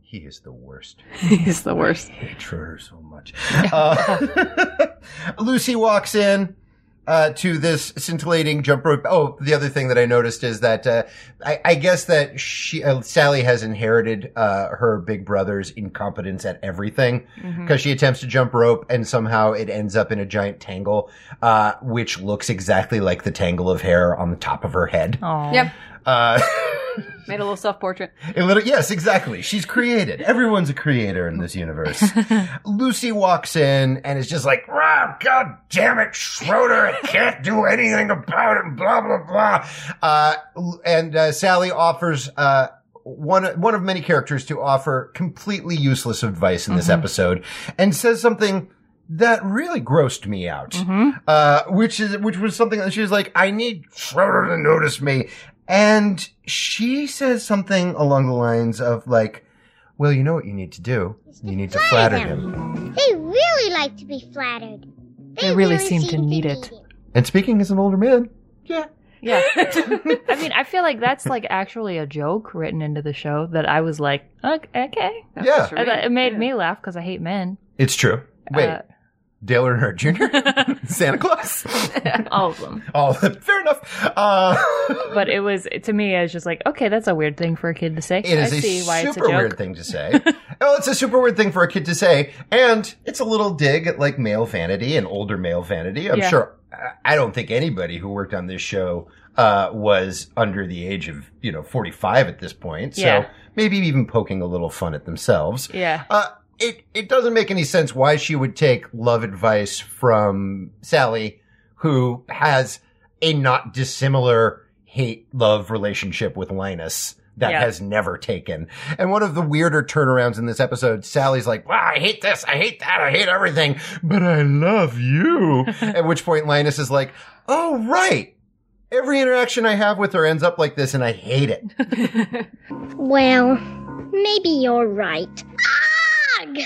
Speaker 3: he is the worst.
Speaker 2: He's the worst.
Speaker 3: hate Schroeder so much. Uh, Lucy walks in uh, to this scintillating jump rope. Oh, the other thing that I noticed is that uh, I, I guess that she uh, Sally has inherited uh, her big brother's incompetence at everything because she attempts to jump rope and somehow it ends up in a giant tangle, uh, which looks exactly like the tangle of hair on the top of her head.
Speaker 4: Aw.
Speaker 2: Yep,
Speaker 3: Uh,
Speaker 2: made a little self portrait.
Speaker 3: A little, yes, exactly. She's created. Everyone's a creator in this universe. Lucy walks in and is just like, "Rob, God damn it, Schroeder, I can't do anything about it." Blah blah blah. Uh, l- and uh, Sally offers uh, one one of many characters to offer completely useless advice in this episode, and says something that really grossed me out. Uh, which is which was something that she was like, "I need Schroeder to notice me," and she says something along the lines of like. Well, you know what you need to do. You need to flatter him.
Speaker 5: They really like to be flattered.
Speaker 4: They really seem to need it.
Speaker 3: And speaking as an older man, yeah.
Speaker 4: Yeah. I mean, I feel like that's like actually a joke written into the show that I was like, okay. okay.
Speaker 3: yeah,
Speaker 4: I thought It made me laugh because I hate men.
Speaker 3: it's true. Wait,
Speaker 4: Uh,
Speaker 3: Dale Earnhardt Jr., Santa Claus,
Speaker 4: all of them.
Speaker 3: all of them. Fair enough. Uh,
Speaker 4: But it was to me, it was just like, okay, that's a weird thing for a kid to say.
Speaker 3: It is
Speaker 4: I
Speaker 3: a
Speaker 4: see why
Speaker 3: super
Speaker 4: it's a joke.
Speaker 3: weird thing to say. oh, it's a super weird thing for a kid to say, and it's a little dig at like male vanity and older male vanity. I'm
Speaker 4: Yeah.
Speaker 3: sure. I- I don't think anybody who worked on this show uh, was under the age of you know 45 at this point. So
Speaker 4: Yeah.
Speaker 3: maybe even poking a little fun at themselves.
Speaker 4: Yeah.
Speaker 3: Uh, it it doesn't make any sense why she would take love advice from Sally, who has a not dissimilar hate love relationship with Linus that
Speaker 4: Yeah.
Speaker 3: has never taken. And one of the weirder turnarounds in this episode, Sally's like, "Wow, I hate this, I hate that, I hate everything, but I love you." At which point, Linus is like, "Oh right." Every interaction I have with her ends up like this, and I hate it.
Speaker 5: Well, maybe you're right. Ugh!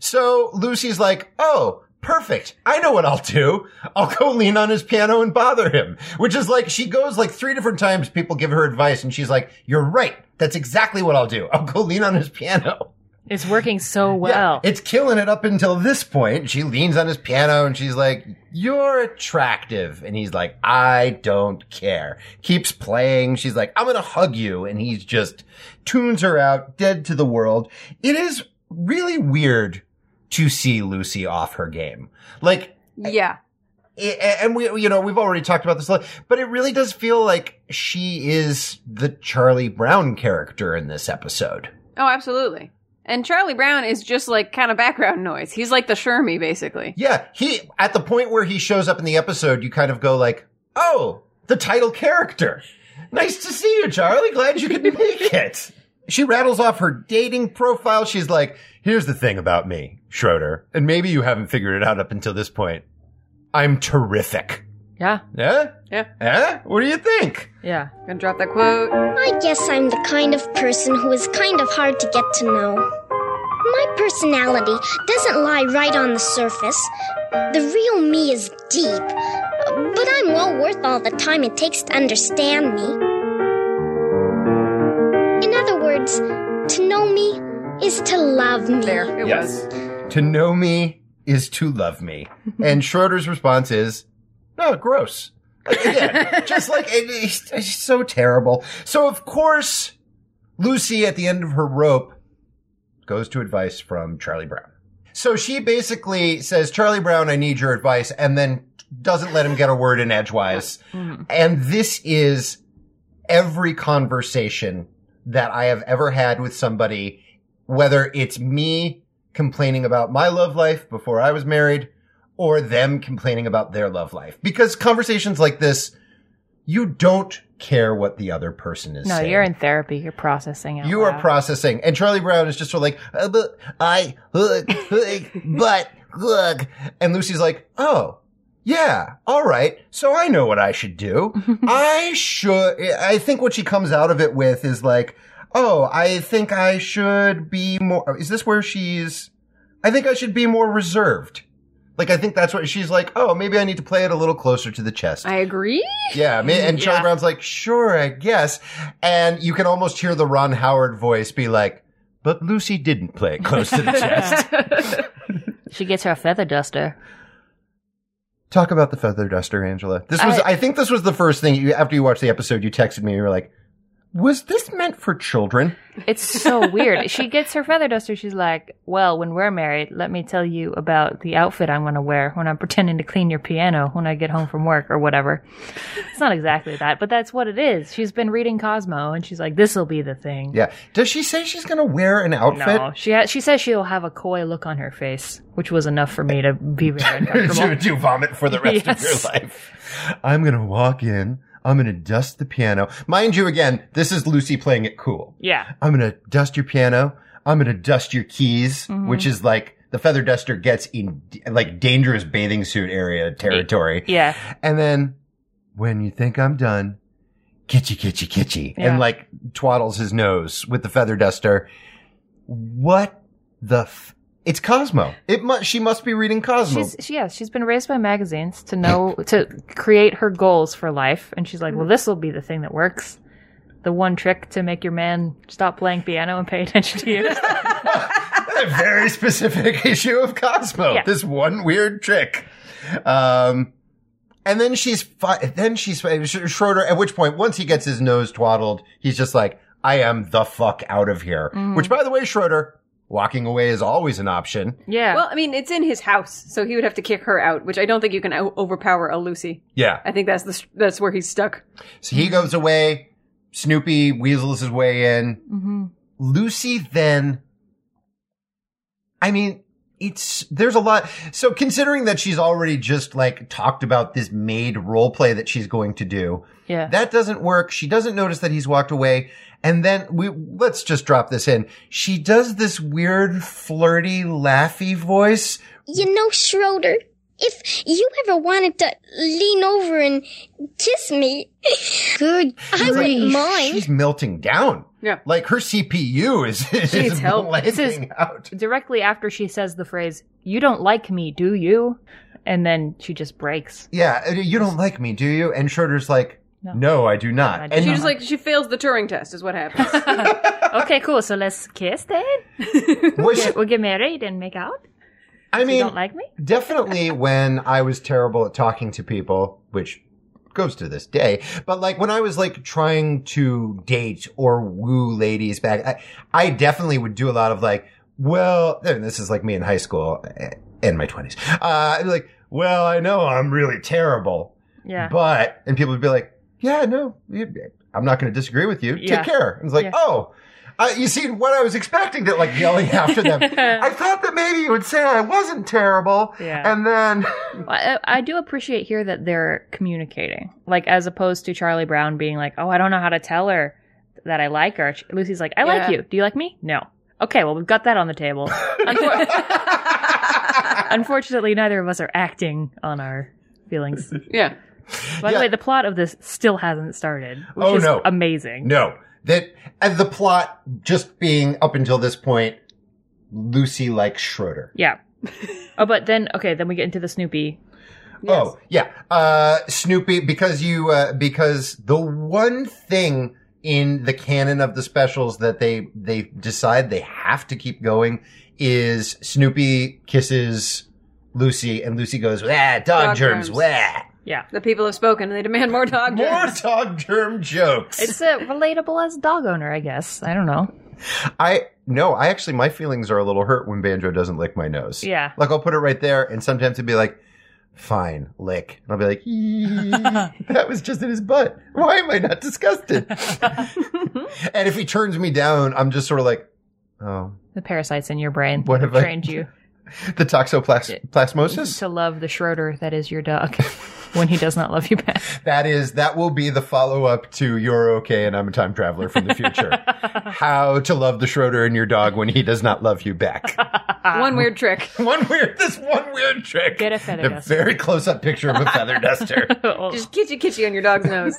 Speaker 3: So Lucy's like, oh, perfect. I know what I'll do. I'll go lean on his piano and bother him. Which is like, she goes like three different times people give her advice and she's like, you're right. That's exactly what I'll do. I'll go lean on his piano.
Speaker 4: It's working so well.
Speaker 3: Yeah, it's killing it up until this point. She leans on his piano and she's like, You're attractive. And he's like, I don't care. Keeps playing. She's like, I'm going to hug you. And he's just tunes her out, dead to the world. It is really weird to see Lucy off her game. Like,
Speaker 2: yeah.
Speaker 3: it- and we, you know, we've already talked about this a lot, but it really does feel like she is the Charlie Brown character in this episode.
Speaker 2: Oh, absolutely. And Charlie Brown is just like kind of background noise. He's like the Shermie, basically.
Speaker 3: Yeah, he at the point where he shows up in the episode, you kind of go like, "Oh, the title character. Nice to see you, Charlie. Glad you could make it." She rattles off her dating profile. She's like, "Here's the thing about me, Schroeder, and maybe you haven't figured it out up until this point. I'm terrific."
Speaker 4: Yeah.
Speaker 3: Yeah?
Speaker 2: Yeah.
Speaker 3: Eh? What do you think?
Speaker 4: Yeah.
Speaker 2: Gonna drop that quote.
Speaker 5: I guess I'm the kind of person who is kind of hard to get to know. My personality doesn't lie right on the surface. The real me is deep, but I'm well worth all the time it takes to understand me. In other words, to know me is to love me.
Speaker 2: There. It
Speaker 3: Yes. To know me is to love me. And Schroeder's response is, oh, gross. Like, again, just like, it- it's, it's so terrible. So, of course, Lucy at the end of her rope goes to advice from Charlie Brown. So she basically says, Charlie Brown, I need your advice, and then doesn't let him get a word in edgewise. And this is every conversation that I have ever had with somebody, whether it's me complaining about my love life before I was married or them complaining about their love life. Because conversations like this, you don't care what the other person is
Speaker 4: No,
Speaker 3: saying.
Speaker 4: you're in therapy. You're processing out
Speaker 3: You are
Speaker 4: loud.
Speaker 3: processing, and Charlie Brown is just sort of like, uh, but I, uh, uh, but look, and Lucy's like, oh, yeah, all right. So I know what I should do. I should. I think what she comes out of it with is like, oh, I think I should be more. Is this where she's? I think I should be more reserved. Like I think that's what she's like. Oh, maybe I need to play it a little closer to the chest.
Speaker 2: I agree.
Speaker 3: Yeah, ma- and Charlie Brown's like, sure, I guess. And you can almost hear the Ron Howard voice be like, but Lucy didn't play it close to the chest.
Speaker 4: She gets her a feather duster.
Speaker 3: Talk about the feather duster, Angela. This was, I,
Speaker 4: I-
Speaker 3: think this was the first thing you, after you watched the episode, you texted me and you were like, was this meant for children?
Speaker 4: It's so weird. She gets her feather duster. She's like, "Well, when we're married, let me tell you about the outfit I'm going to wear when I'm pretending to clean your piano when I get home from work or whatever." It's not exactly that, but that's what it is. She's been reading Cosmo, and she's like, "This will be the thing."
Speaker 3: Yeah. Does she say she's going to wear an outfit?
Speaker 4: No, she ha- she says she'll have a coy look on her face, which was enough for me to be very
Speaker 3: to,
Speaker 4: uncomfortable.
Speaker 3: to vomit for the rest
Speaker 4: Yes.
Speaker 3: of your life. I'm going to walk in. I'm going to dust the piano. Mind you, again, this is Lucy playing it cool.
Speaker 4: yeah,
Speaker 3: I'm going to dust your piano. I'm going to dust your keys,
Speaker 4: Mhm.
Speaker 3: which is like the feather duster gets in like dangerous bathing suit area territory.
Speaker 4: yeah,
Speaker 3: And then when you think I'm done, kitchy, kitchy, kitchy,
Speaker 4: Yeah.
Speaker 3: and like twaddles his nose with the feather duster. What the f- it's Cosmo. It must, she must be reading Cosmo.
Speaker 4: she's she, yeah she's been raised by magazines to know to create her goals for life and she's like well this will be the thing that works the one trick to make your man stop playing piano and pay attention to you
Speaker 3: a very specific issue of Cosmo.
Speaker 4: Yeah.
Speaker 3: This one weird trick. Um, and then she's fi- then she's Sch- Schroeder. At which point, once he gets his nose twaddled, he's just like, "I am the fuck out of here." Which, by the way, Schroeder walking away is always an option.
Speaker 4: Yeah.
Speaker 2: Well, I mean, it's in his house, so he would have to kick her out, which I don't think you can o- overpower a Lucy.
Speaker 3: Yeah.
Speaker 2: I think that's the s- that's where he's stuck.
Speaker 3: So he goes away. Snoopy weasels his way in.
Speaker 4: hmm
Speaker 3: Lucy then, I mean, it's, there's a lot. So considering that she's already just like talked about this maid role play that she's going to do,
Speaker 4: Yeah.
Speaker 3: that doesn't work. She doesn't notice that he's walked away. And then we, let's just drop this in. She does this weird flirty laughy voice.
Speaker 5: You know, Schroeder, if you ever wanted to lean over and kiss me,
Speaker 6: Good
Speaker 5: I
Speaker 3: It's like,
Speaker 5: wouldn't
Speaker 3: She's
Speaker 5: mind.
Speaker 3: melting down.
Speaker 2: Yeah.
Speaker 3: Like her CPU is, is
Speaker 4: She's help- this is-
Speaker 3: blanking out.
Speaker 4: Directly after she says the phrase, "You don't like me, do you?" and then she just breaks.
Speaker 3: Yeah, uh, you don't like me, do you? And Schroeder's like, no,
Speaker 4: No.
Speaker 3: I do not.
Speaker 4: I do
Speaker 3: and
Speaker 2: She just like she fails the Turing test, is what happens.
Speaker 4: okay, cool. So let's kiss then.
Speaker 3: was she-
Speaker 4: We'll get married and make out.
Speaker 3: I
Speaker 4: You
Speaker 3: mean,
Speaker 4: don't like me?
Speaker 3: definitely when I was terrible at talking to people, which goes to this day, but like when I was like trying to date or woo ladies back, I, I definitely would do a lot of like, well, and this is like me in high school eh, in my twenties. Uh, I'd be like, well, I know I'm really terrible,
Speaker 4: Yeah.
Speaker 3: but, and people would be like, yeah, no, you- I'm not going to disagree with you.
Speaker 4: Yeah.
Speaker 3: Take care. And it's like,
Speaker 4: Yeah.
Speaker 3: oh, uh, you see what I was expecting that like yelling after them. I thought that maybe you would say I wasn't terrible.
Speaker 4: Yeah.
Speaker 3: And then,
Speaker 4: Well, I, I do appreciate here that they're communicating, like as opposed to Charlie Brown being like, "Oh, I don't know how to tell her that I like her." She- Lucy's like, "I
Speaker 2: Yeah.
Speaker 4: like you. Do you like me?" No. Okay, well we've got that on the table. Unfor- Unfortunately, neither of us are acting on our feelings.
Speaker 2: yeah.
Speaker 4: By
Speaker 3: Yeah.
Speaker 4: the way, the plot of this still hasn't started, which
Speaker 3: Oh,
Speaker 4: is
Speaker 3: no.
Speaker 4: amazing.
Speaker 3: no, that and the plot just being up until this point, Lucy likes Schroeder.
Speaker 4: Yeah. oh, but then okay, then we get into the Snoopy.
Speaker 3: Oh, yeah. Uh, Snoopy, because you, uh, because the one thing in the canon of the specials that they, they decide they have to keep going is Snoopy kisses Lucy and Lucy goes, ah, dog,
Speaker 2: Dog
Speaker 3: germs,
Speaker 2: germs.
Speaker 3: wah.
Speaker 4: Yeah.
Speaker 2: The people have spoken, and they demand more dog.
Speaker 3: More
Speaker 2: germs.
Speaker 3: dog germ jokes.
Speaker 4: It's uh, relatable as a dog owner, I guess. I don't know.
Speaker 3: I no, I actually my feelings are a little hurt when Banjo doesn't lick my nose.
Speaker 4: Yeah.
Speaker 3: Like I'll put it right there and sometimes it'd be like, fine, lick. And I'll be like, "Eee, that was just in his butt. Why am I not disgusted? and if he turns me down, I'm just sort of like, oh,
Speaker 4: The parasites in your brain
Speaker 3: What have I-
Speaker 4: trained you.
Speaker 3: the toxoplasmosis?
Speaker 4: to love the Schroeder that is your dog when he does not love you back.
Speaker 3: That is, that will be the follow up to You're Okay and I'm a Time Traveler from the Future. How to love the Schroeder in your dog when he does not love you back.
Speaker 2: One weird trick.
Speaker 3: one weird, this one weird trick.
Speaker 4: Get a feather
Speaker 3: A
Speaker 4: duster.
Speaker 3: very close up picture of a feather duster.
Speaker 4: Oh,
Speaker 2: Just kitschy kitschy on your dog's nose.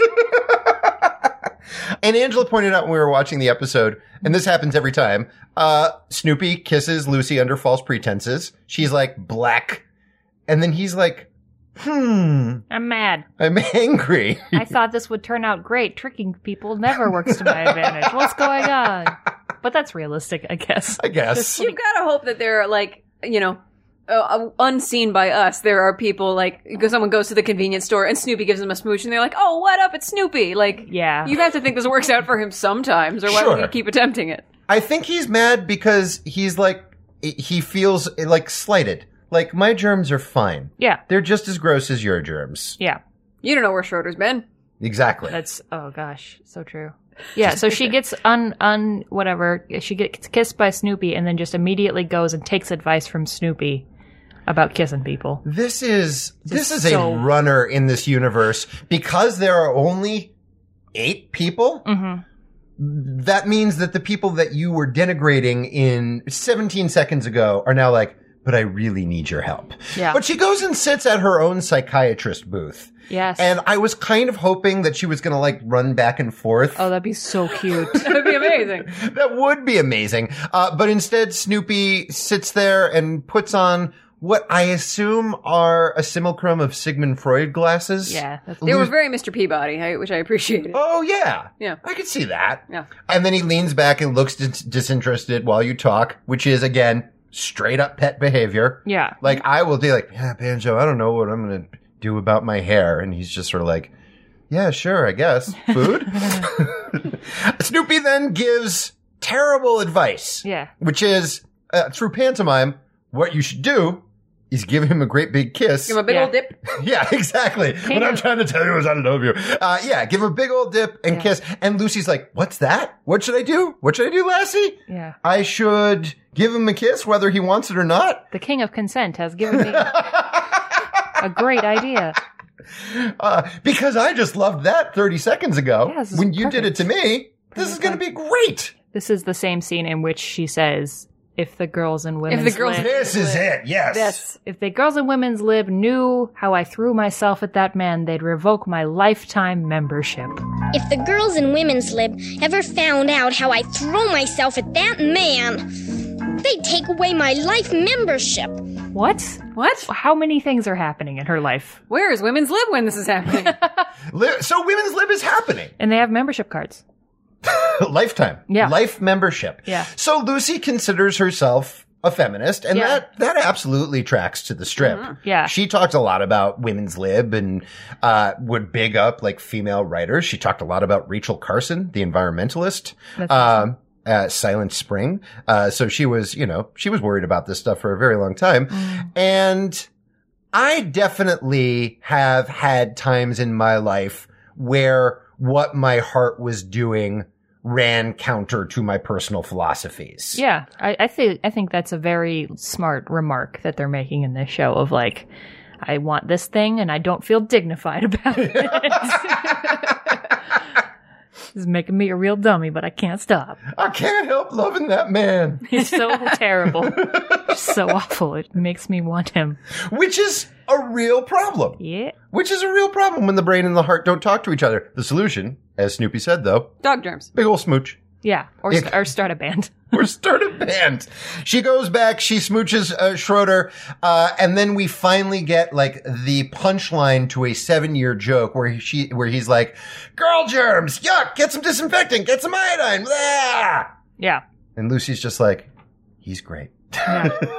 Speaker 3: And Angela pointed out when we were watching the episode, and this happens every time, uh, Snoopy kisses Lucy under false pretenses. She's like, black. And then he's like, hmm,
Speaker 4: I'm mad.
Speaker 3: I'm angry.
Speaker 4: I thought this would turn out great. Tricking people never works to my advantage. What's going on? But that's realistic, I guess.
Speaker 3: I guess.
Speaker 2: You've got to hope that there are like you know. Uh, unseen by us, there are people like because someone goes to the convenience store and Snoopy gives them a smooch, and they're like, "Oh, what up? It's Snoopy!" Like,
Speaker 4: Yeah.
Speaker 2: you have to think this works out for him sometimes, or why would
Speaker 3: Sure.
Speaker 2: he keep attempting it?
Speaker 3: I think he's mad because he's like, he feels like slighted. Like, my germs are fine.
Speaker 4: Yeah.
Speaker 3: They're just as gross as your germs.
Speaker 4: Yeah.
Speaker 2: You don't know where Schroeder's been.
Speaker 3: Exactly.
Speaker 4: That's oh gosh, so true. Yeah, so she gets un un whatever she gets kissed by Snoopy and then just immediately goes and takes advice from Snoopy about kissing people.
Speaker 3: This is this is
Speaker 4: so-
Speaker 3: a runner in this universe because there are only eight people.
Speaker 4: Mhm.
Speaker 3: That means that the people that you were denigrating in 17 seconds ago are now like, but I really need your help.
Speaker 4: Yeah.
Speaker 3: But she goes and sits at her own psychiatrist booth.
Speaker 4: Yes.
Speaker 3: And I was kind of hoping that she was going to like run back and forth.
Speaker 4: oh, that'd be so cute.
Speaker 2: That'd be amazing.
Speaker 3: That would be amazing. Uh, but instead, Snoopy sits there and puts on what I assume are a simulacrum of Sigmund Freud glasses.
Speaker 4: yeah. That's,
Speaker 2: They were very Mr. Peabody, I- which I appreciated.
Speaker 3: Oh, yeah.
Speaker 2: Yeah.
Speaker 3: I could see that.
Speaker 2: Yeah.
Speaker 3: And then he leans back and looks dis- disinterested while you talk, which is, again, straight up pet behavior.
Speaker 4: Yeah.
Speaker 3: Like I will be like, yeah, Banjo, I don't know what I'm gonna do about my hair, and he's just sort of like, yeah, sure, I guess. Food. Snoopy then gives terrible advice,
Speaker 4: Yeah.
Speaker 3: which is uh, through pantomime. What you should do is give him a great big kiss.
Speaker 2: Give him a big
Speaker 4: Yeah.
Speaker 2: old dip.
Speaker 3: yeah, exactly. what I'm
Speaker 4: you-
Speaker 3: trying to tell you is I love you. Uh, yeah, give him a big old dip and
Speaker 4: Yeah.
Speaker 3: kiss. And Lucy's like, "What's that? What should I do? What should I do, Lassie?
Speaker 4: Yeah.
Speaker 3: I should give him a kiss, whether he wants it or not."
Speaker 4: The king of consent has given me a great idea.
Speaker 3: Uh, because I just loved that 30 seconds ago.
Speaker 4: Yeah, this is
Speaker 3: when you did it
Speaker 4: perfect.
Speaker 3: to me, this is going to be great.
Speaker 4: This is the same scene in which she says, "If the girls and women,
Speaker 2: girls-
Speaker 4: lib,
Speaker 3: This is it. Yes.
Speaker 2: Yes.
Speaker 4: if the girls and women's lib knew how I threw myself at that man, they'd revoke my lifetime membership."
Speaker 5: If the girls in women's lib ever found out how I threw myself at that man, they'd take away my life membership.
Speaker 4: What?
Speaker 2: What?
Speaker 4: How many things are happening in her life?
Speaker 2: Where is women's lib when this is happening?
Speaker 3: Li- so women's lib is happening.
Speaker 4: And they have membership cards.
Speaker 3: Lifetime.
Speaker 4: Yeah.
Speaker 3: Life membership.
Speaker 4: Yeah.
Speaker 3: So Lucy considers herself a feminist and
Speaker 4: Yeah. Mm-hmm.
Speaker 3: that, that absolutely tracks to the strip.
Speaker 4: Yeah.
Speaker 3: She talked a lot about women's lib and uh, would big up like female writers. She talked a lot about Rachel Carson, the environmentalist,
Speaker 4: That's
Speaker 3: um, uh, Silent Spring. Uh, so she was, you know, she was worried about this stuff for a very long time.
Speaker 4: Mm.
Speaker 3: And I definitely have had times in my life where what my heart was doing ran counter to my personal philosophies.
Speaker 4: Yeah, I, I think I think that's a very smart remark that they're making in this show of like, I want this thing and I don't feel dignified about it. this is making me a real dummy, but I can't stop.
Speaker 3: I can't help loving that man.
Speaker 4: He's so terrible, Just so awful. It makes me want him.
Speaker 3: which is a real problem.
Speaker 4: Yeah,
Speaker 3: Which is a real problem when the brain and the heart don't talk to each other. The solution, as Snoopy said though,
Speaker 2: Dog germs.
Speaker 3: big ol' smooch.
Speaker 4: yeah, or st- or start a band.
Speaker 3: We're start a band. She goes back, she smooches uh, Schroeder, uh, and then we finally get like the punchline to a seven-year joke where she, where he's like, "Girl germs, yuck! Get some disinfectant, get some iodine." Blah!
Speaker 4: Yeah,
Speaker 3: And Lucy's just like, "He's great,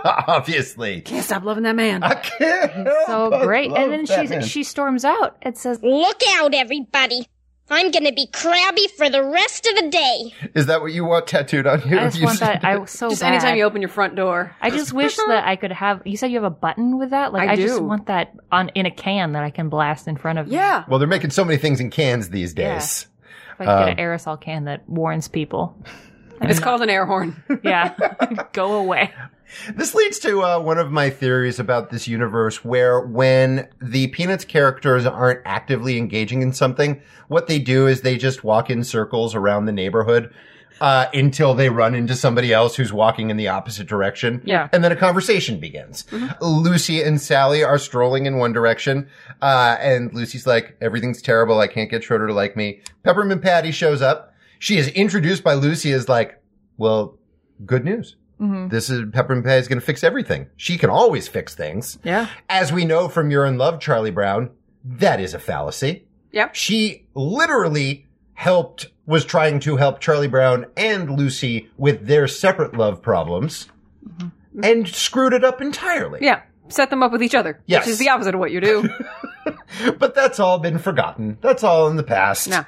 Speaker 3: obviously."
Speaker 2: Can't stop loving that man.
Speaker 3: I can't. help
Speaker 4: so
Speaker 3: but
Speaker 4: great.
Speaker 3: love
Speaker 4: And then
Speaker 3: that
Speaker 4: she's
Speaker 3: man.
Speaker 4: she storms out and says,
Speaker 5: Look out, everybody. I'm gonna be crabby for the rest of the day.
Speaker 3: Is that what you want tattooed on you?
Speaker 4: "I just
Speaker 3: You
Speaker 4: want
Speaker 3: said
Speaker 4: that. I so
Speaker 2: Just
Speaker 4: bad.
Speaker 2: anytime you open your front door.
Speaker 4: I just wish that I could have. You said you have a button with that. Like
Speaker 2: I
Speaker 4: I, just
Speaker 2: do.
Speaker 4: want that on in a can that I can blast in front of. me.
Speaker 2: Yeah.
Speaker 3: Well, they're making so many things in cans these days.
Speaker 4: If I could get an aerosol can that warns people.
Speaker 2: It's called an air horn.
Speaker 4: Yeah, go away.
Speaker 3: This leads to uh, one of my theories about this universe where when the Peanuts characters aren't actively engaging in something, what they do is they just walk in circles around the neighborhood uh, until they run into somebody else who's walking in the opposite direction.
Speaker 4: Yeah.
Speaker 3: And then a conversation begins. Lucy and Sally are strolling in one direction. Uh, and Lucy's like, everything's terrible. I can't get Schroeder to like me. Peppermint Patty shows up. She is introduced by Lucy as like, well, good news. This is Peppermint Patty is going to fix everything. She can always fix things.
Speaker 4: Yeah.
Speaker 3: As we know from You're in Love, Charlie Brown, that is a fallacy.
Speaker 2: Yep.
Speaker 3: She literally helped, was trying to help Charlie Brown and Lucy with their separate love problems and screwed it up entirely.
Speaker 2: Mm-hmm. Yeah. Set them up with each other.
Speaker 3: Yes.
Speaker 2: Which is the opposite of what you do.
Speaker 3: But that's all been forgotten. That's all in the past.
Speaker 2: No.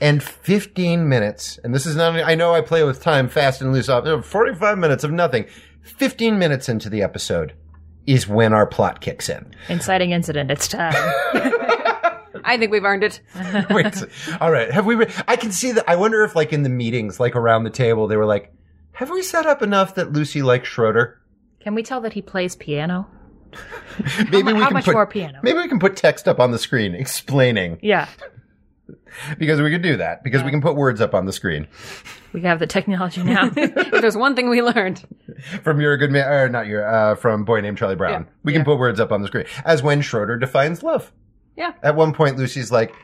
Speaker 3: And 15 minutes, and this is not, I know I play with time fast and loose off, uh, 45 minutes of nothing. 15 minutes into the episode is when our plot kicks in.
Speaker 4: Inciting incident. It's time.
Speaker 2: I think we've earned it.
Speaker 3: Wait, all right. Have we? Re- I can see that. I wonder if, like, in the meetings, like around the table, they were like, "Have we set up enough that Lucy likes Schroeder?
Speaker 4: Can we tell that he plays piano?
Speaker 3: Maybe
Speaker 4: mu-
Speaker 3: we
Speaker 4: how
Speaker 3: can
Speaker 4: much
Speaker 3: put
Speaker 4: more piano?
Speaker 3: Maybe we can put text up on the screen explaining
Speaker 4: Yeah,
Speaker 3: because we could do that because we can put words up on the screen
Speaker 4: we have the technology now.
Speaker 2: If there's one thing we learned.
Speaker 3: from "You're a Good Man" or not "You're" uh, from "Boy Named Charlie Brown."
Speaker 2: Yeah.
Speaker 3: We can put words up on the screen as when Schroeder defines love.
Speaker 2: Yeah.
Speaker 3: At one point, Lucy's like.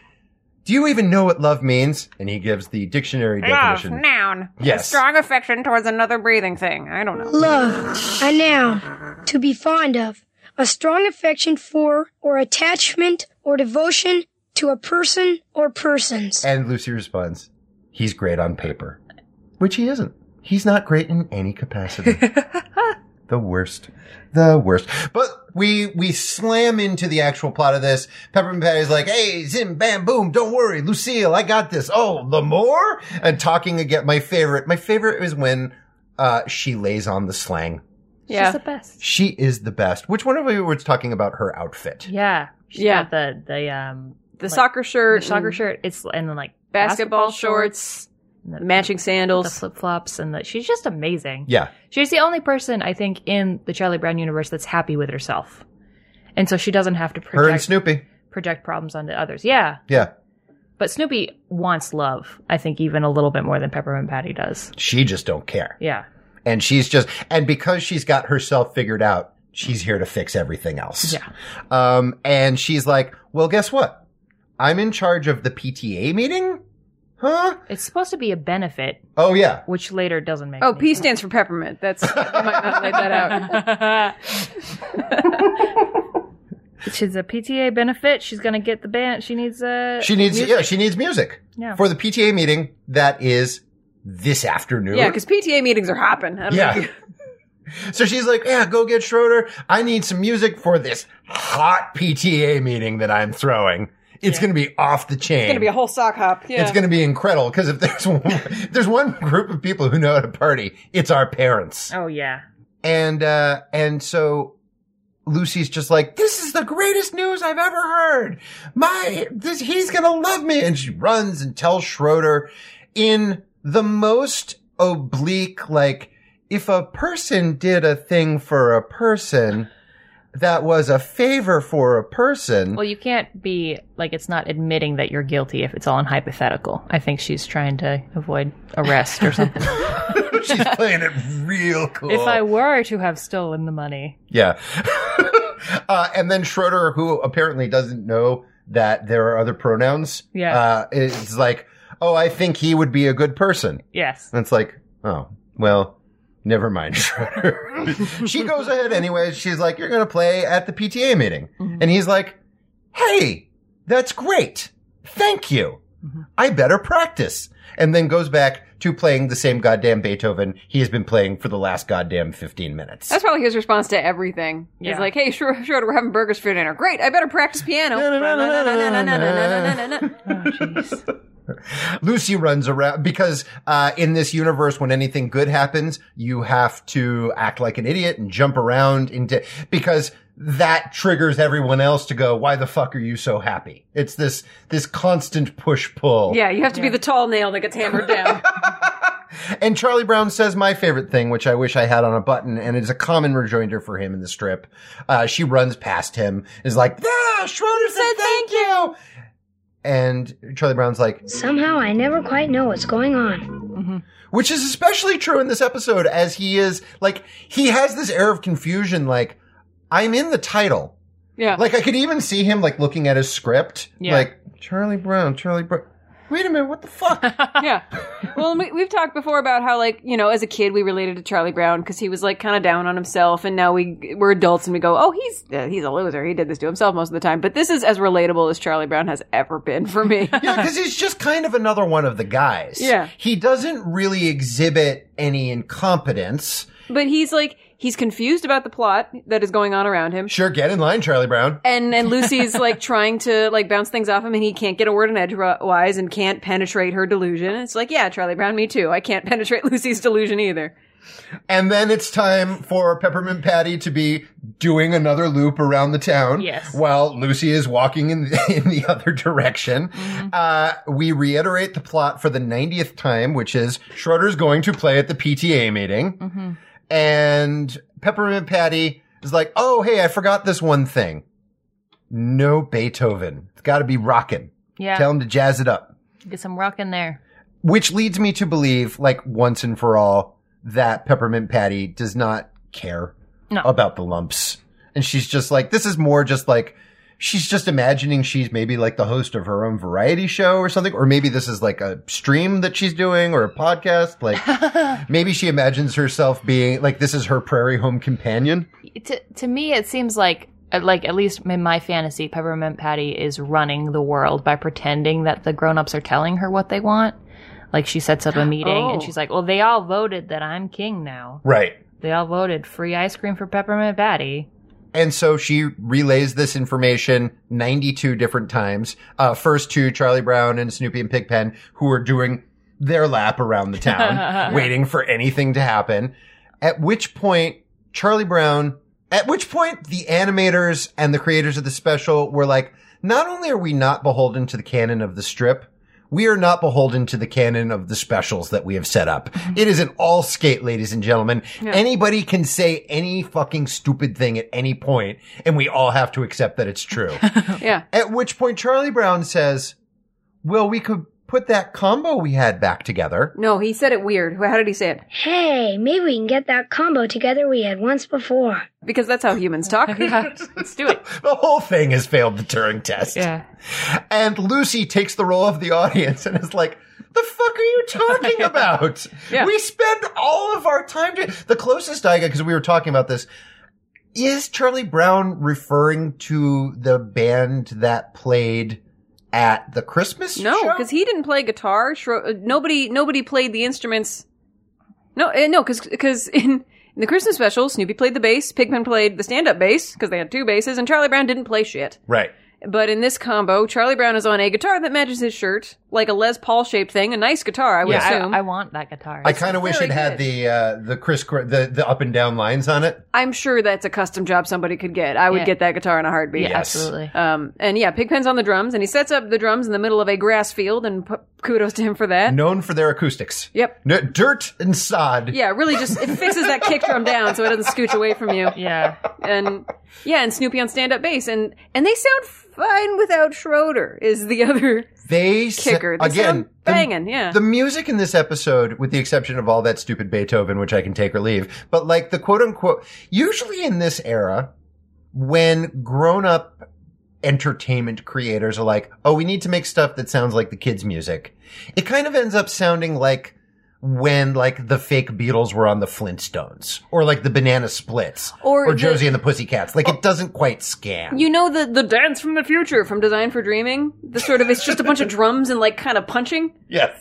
Speaker 3: Do you even know what love means? And he gives the dictionary definition.
Speaker 2: noun.
Speaker 3: Yes. strong
Speaker 2: affection towards another breathing thing. I don't know.
Speaker 6: Love, a noun, to be fond of, a strong affection for or attachment or devotion to a person or persons.
Speaker 3: And Lucy responds, he's great on paper, which he isn't. He's not great in any capacity. the worst, the worst. But we we slam into the actual plot of this. Peppermint Patty's like, "Hey, zim, bam, boom, don't worry, Lucille, I got this." Oh, the more and talking again. My favorite, my favorite is when uh, she lays on the slang.
Speaker 2: Yeah.
Speaker 4: She's the best.
Speaker 3: She is the best. Which one of you was talking about her outfit?
Speaker 4: Yeah. She's
Speaker 2: Yeah.
Speaker 4: got the the um
Speaker 2: The
Speaker 4: like,
Speaker 2: soccer
Speaker 4: the
Speaker 2: shirt,
Speaker 4: soccer
Speaker 2: and
Speaker 4: shirt. It's and then like
Speaker 2: basketball, shorts,
Speaker 4: and the,
Speaker 2: matching
Speaker 4: the
Speaker 2: sandals.
Speaker 4: flip flops, and the, she's just amazing.
Speaker 3: Yeah,
Speaker 4: She's the only person I think in the Charlie Brown universe that's happy with herself, and so she doesn't have to
Speaker 3: her and
Speaker 4: project
Speaker 3: Snoopy.
Speaker 4: project problems onto others. Yeah,
Speaker 3: Yeah,
Speaker 4: but Snoopy wants love. I think even a little bit more than Peppermint Patty does.
Speaker 3: she just don't care,
Speaker 4: Yeah,
Speaker 3: and she's just and because she's got herself figured out, she's here to fix everything else.
Speaker 4: yeah,
Speaker 3: Um, and she's like, well, guess what? I'm in charge of the PTA meeting? Huh?
Speaker 4: it's supposed to be a benefit,
Speaker 3: Oh, yeah.
Speaker 4: which later doesn't make.
Speaker 2: Oh,
Speaker 4: any
Speaker 2: P stands for peppermint. That's I might not lay that out.
Speaker 4: She's a PTA benefit. She's gonna get the band. She needs a.
Speaker 3: She needs, yeah, she needs music
Speaker 4: Yeah.
Speaker 3: for the PTA meeting that is this afternoon.
Speaker 2: Yeah, because PTA meetings are hopping. I don't know if
Speaker 3: Yeah. so she's like, yeah, go get Schroeder. I need some music for this hot PTA meeting that I'm throwing. It's going to be off the chain.
Speaker 2: It's gonna be a whole sock hop. Yeah.
Speaker 3: It's going to be incredible because if there's one, if there's one group of people who know how to party, it's our parents.
Speaker 4: Oh yeah.
Speaker 3: and uh and so Lucy's just like, this is the greatest news I've ever heard. My, this, he's gonna love me. And she runs and tells Schroeder in the most oblique, like, if a person did a thing for a person that was a favor for a person.
Speaker 4: Well, you can't be like it's not admitting that you're guilty if it's all in hypothetical. I think she's trying to avoid arrest or something.
Speaker 3: she's playing it real cool.
Speaker 4: If I were to have stolen the money,
Speaker 3: Yeah. uh, and then Schroeder, who apparently doesn't know that there are other pronouns,
Speaker 4: Yeah.
Speaker 3: uh, is like, oh, I think he would be a good person.
Speaker 4: yes.
Speaker 3: And it's like, oh, well, never mind, Schroeder. she goes ahead anyways. She's like, you're going to play at the PTA meeting. And he's like, hey, that's great. Thank you. I better practice. And then goes back to playing the same goddamn Beethoven he has been playing for the last goddamn 15 minutes.
Speaker 2: That's probably his response to everything. He's
Speaker 4: Yeah.
Speaker 2: like, "Hey, sure, sure, we're having burgers for dinner. Great, I better practice piano." That's
Speaker 4: Oh, jeez.
Speaker 3: Lucy runs around because uh, in this universe, when anything good happens, you have to act like an idiot and jump around into because that triggers everyone else to go, "Why the fuck are you so happy?" It's this this constant push pull.
Speaker 2: Yeah, you have to be the tall nail that gets hammered down.
Speaker 3: And Charlie Brown says my favorite thing, which I wish I had on a button, and it's a common rejoinder for him in the strip. Uh, she runs past him, is like, "Ah, Schroeder said thank you," and Charlie Brown's like,
Speaker 5: Somehow I never quite know what's going on.
Speaker 3: which is especially true in this episode as he is like he has this air of confusion like i'm in the title
Speaker 2: Yeah.
Speaker 3: like i could even see him like looking at his script
Speaker 4: Yeah.
Speaker 3: like charlie brown charlie brown wait a minute what the fuck
Speaker 2: yeah. Well, and we, we've talked before about how, like, you know, as a kid, we related to Charlie Brown because he was like kind of down on himself, and now we we're adults and we go, oh, he's uh, he's a loser. He did this to himself most of the time. But this is as relatable as Charlie Brown has ever been for me.
Speaker 3: yeah because he's just kind of another one of the guys
Speaker 2: Yeah.
Speaker 3: he doesn't really exhibit any incompetence
Speaker 2: but he's like he's confused about the plot that is going on around him.
Speaker 3: sure get in line charlie brown
Speaker 2: and and Lucy's like trying to like bounce things off him, and he can't get a word in edgewise and can't penetrate her delusion. It's like, yeah, Charlie Brown, me too. I can't penetrate Lucy's delusion either.
Speaker 3: and then it's time for peppermint patty to be doing another loop around the town
Speaker 4: Yes.
Speaker 3: while lucy is walking in the, in the other direction
Speaker 4: Mm-hmm.
Speaker 3: uh, we reiterate the plot for the 90th time which is schroeder's going to play at the pta meeting
Speaker 4: Mm-hmm.
Speaker 3: and peppermint patty is like oh hey i forgot this one thing no beethoven it's got to be rockin'.
Speaker 4: Yeah.
Speaker 3: tell him to jazz it up
Speaker 4: Get some rock in there.
Speaker 3: which leads me to believe, like once and for all, that Peppermint Patty does not care
Speaker 4: No.
Speaker 3: about the lumps. And she's just like, this is more just like, she's just imagining she's maybe like the host of her own variety show or something, or maybe this is like a stream that she's doing or a podcast. Like maybe she imagines herself being like, this is her prairie home companion.
Speaker 4: to to me it seems like uh, like at least in my fantasy peppermint patty is running the world by pretending that the grown-ups are telling her what they want like she sets up a meeting
Speaker 2: Oh.
Speaker 4: and she's like well they all voted that i'm king now
Speaker 3: Right.
Speaker 4: They all voted free ice cream for Peppermint Patty.
Speaker 3: And so she relays this information 92 different times. Uh, first to Charlie Brown and Snoopy and Pigpen, who are doing their lap around the town, waiting for anything to happen. At which point, Charlie Brown, at which point the animators and the creators of the special were like, not only are we not beholden to the canon of the strip, we are not beholden to the canon of the specials that we have set up. It is an all skate, ladies and gentlemen. Anybody can say any fucking stupid thing at any point, and we all have to accept that it's true.
Speaker 2: Yeah.
Speaker 3: At which point Charlie Brown says, well, we could put that combo we had back together.
Speaker 2: No, he said it weird. How did he say it?
Speaker 5: Hey, maybe we can get that combo together we had once before.
Speaker 2: Because that's how humans talk.
Speaker 4: Let's do it.
Speaker 3: The whole thing has failed the Turing test.
Speaker 4: Yeah.
Speaker 3: And Lucy takes the role of the audience and is like, the fuck are you talking about?
Speaker 2: Yeah.
Speaker 3: We spend all of our time to the closest I got because we were talking about this. Is Charlie Brown referring to the band that played at the Christmas
Speaker 2: No,
Speaker 3: show?
Speaker 2: because he didn't play guitar. Shro- uh, nobody, nobody played the instruments. No, uh, no, because in, in the Christmas special, Snoopy played the bass, Pigpen played the stand-up bass because they had two basses, and Charlie Brown didn't play shit.
Speaker 3: right.
Speaker 2: But in this combo, Charlie Brown is on a guitar that matches his shirt, like a Les Paul-shaped thing, a nice guitar, I would
Speaker 4: Yeah,
Speaker 2: assume.
Speaker 4: I, I want that guitar.
Speaker 3: I kind of wish
Speaker 2: very
Speaker 3: it had
Speaker 2: good.
Speaker 3: the uh, the Chris the the up and down lines on it.
Speaker 2: I'm sure that's a custom job somebody could get. I would
Speaker 4: Yeah.
Speaker 2: get that guitar in a heartbeat.
Speaker 4: yeah,
Speaker 3: Yes.
Speaker 4: absolutely.
Speaker 2: Um, and yeah, Pigpen's on the drums, and he sets up the drums in the middle of a grass field, and p- kudos to him for that.
Speaker 3: Known for their acoustics.
Speaker 2: Yep.
Speaker 3: N- dirt and sod.
Speaker 2: Yeah, really just it fixes that kick drum down so it doesn't scooch away from you.
Speaker 4: Yeah.
Speaker 2: And yeah, and Snoopy on stand up bass and and they sound fine without Schroeder is the other
Speaker 3: They sa-
Speaker 2: kicker. They
Speaker 3: again
Speaker 2: sound
Speaker 3: the-
Speaker 2: banging, yeah.
Speaker 3: The music in this episode, with the exception of all that stupid Beethoven, which I can take or leave, but like the quote unquote, usually in this era, when grown up entertainment creators are like, oh, we need to make stuff that sounds like the kids' music, it kind of ends up sounding like when like the fake Beatles were on the Flintstones or like the Banana Splits
Speaker 2: Or the-
Speaker 3: Josie and the Pussycats. Like it doesn't quite scan.
Speaker 2: you know the the dance from the future from Design for Dreaming? The sort of it's just a bunch of drums and like kind of punching.
Speaker 3: yes.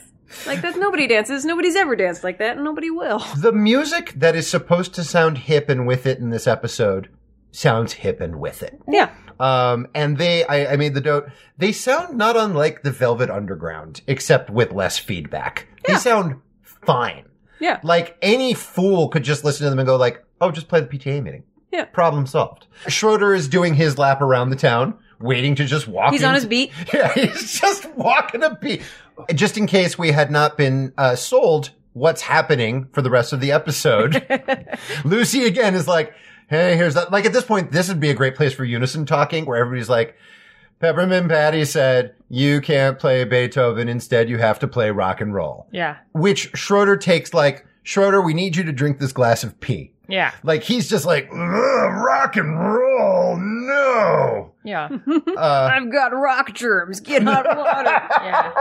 Speaker 2: Like that's nobody dances. Nobody's ever danced like that and nobody will.
Speaker 3: The music that is supposed to sound hip and with it in this episode sounds hip and with it.
Speaker 2: Yeah.
Speaker 3: Um, and they, I, I made the note, they sound not unlike the Velvet Underground, except with less feedback. They sound fine.
Speaker 2: Yeah.
Speaker 3: Like any fool could just listen to them and go like, oh, just play the PTA meeting.
Speaker 2: Yeah.
Speaker 3: Problem solved. Schroeder is doing his lap around the town, waiting to just walk
Speaker 2: He's on
Speaker 3: into-
Speaker 2: his beat.
Speaker 3: yeah, he's just walking a beat. Just in case we had not been uh, sold what's happening for the rest of the episode, Lucy again is like, hey, here's that. Like at this point, this would be a great place for unison talking where everybody's like, Peppermint Patty said, you can't play Beethoven. Instead, you have to play rock and roll,
Speaker 4: Yeah.
Speaker 3: which Schroeder takes like, Schroeder, we need you to drink this glass of pee.
Speaker 4: Yeah.
Speaker 3: Like he's just like, "Ugh, rock and roll. No.
Speaker 4: Yeah.
Speaker 3: Uh,
Speaker 2: I've got rock germs. Get hot water.
Speaker 4: Yeah.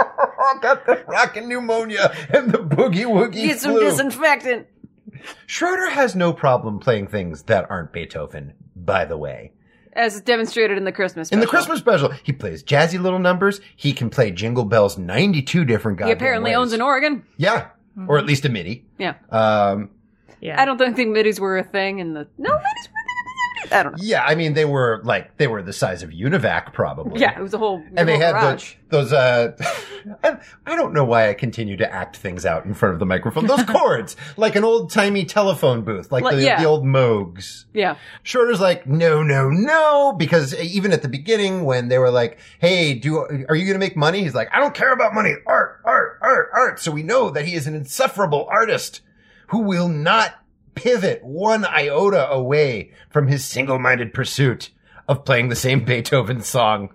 Speaker 3: got the rockin' pneumonia and the boogie woogie
Speaker 2: Get some
Speaker 3: flu.
Speaker 2: disinfectant.
Speaker 3: Schroeder has no problem playing things that aren't Beethoven, by the way.
Speaker 2: As demonstrated in the Christmas
Speaker 3: In the
Speaker 2: special.
Speaker 3: Christmas special, he plays jazzy little numbers. He can play Jingle Bells 92 different guys.
Speaker 2: He apparently owns an organ.
Speaker 3: Yeah. Or at least a MIDI.
Speaker 2: Yeah.
Speaker 3: Um,
Speaker 4: Yeah.
Speaker 2: I don't think middies were a thing in the no middies were a thing in the 70s. I don't know.
Speaker 3: yeah, I mean, they were like, they were the size of Univac probably.
Speaker 2: Yeah, it was a whole
Speaker 3: And they had
Speaker 2: garage.
Speaker 3: those, those, uh, I- I don't know why I continue to act things out in front of the microphone. Those cords, like an old timey telephone booth, like,
Speaker 2: Like-
Speaker 3: the,
Speaker 2: yeah.
Speaker 3: the old Moogs.
Speaker 2: yeah,
Speaker 3: Schroeder's like, no, no, no, because even at the beginning when they were like, hey, do are you going to make money? He's like, I don't care about money. Art, art, art, art. So we know that he is an insufferable artist who will not pivot one iota away from his single-minded pursuit of playing the same Beethoven song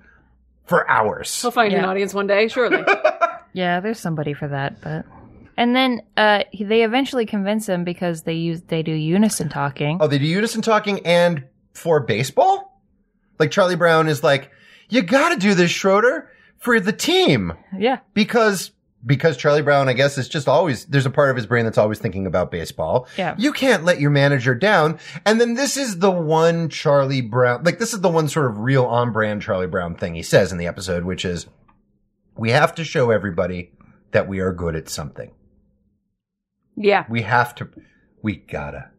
Speaker 3: for hours.
Speaker 2: he'll find an
Speaker 4: Yeah.
Speaker 2: audience one day, surely.
Speaker 4: Yeah, there's somebody for that, but and then uh he- they eventually convince him because they use they do unison talking.
Speaker 3: Oh, they do unison talking and for baseball? Like Charlie Brown is like, you got to do this, Schroeder, for the team.
Speaker 4: Yeah,
Speaker 3: because because Charlie Brown, I guess, is just always there's a part of his brain that's always thinking about baseball.
Speaker 4: Yeah.
Speaker 3: You can't let your manager down. And then this is the one Charlie Brown like this is the one sort of real on brand Charlie Brown thing he says in the episode, which is we have to show everybody that we are good at something.
Speaker 2: yeah,
Speaker 3: We have to we gotta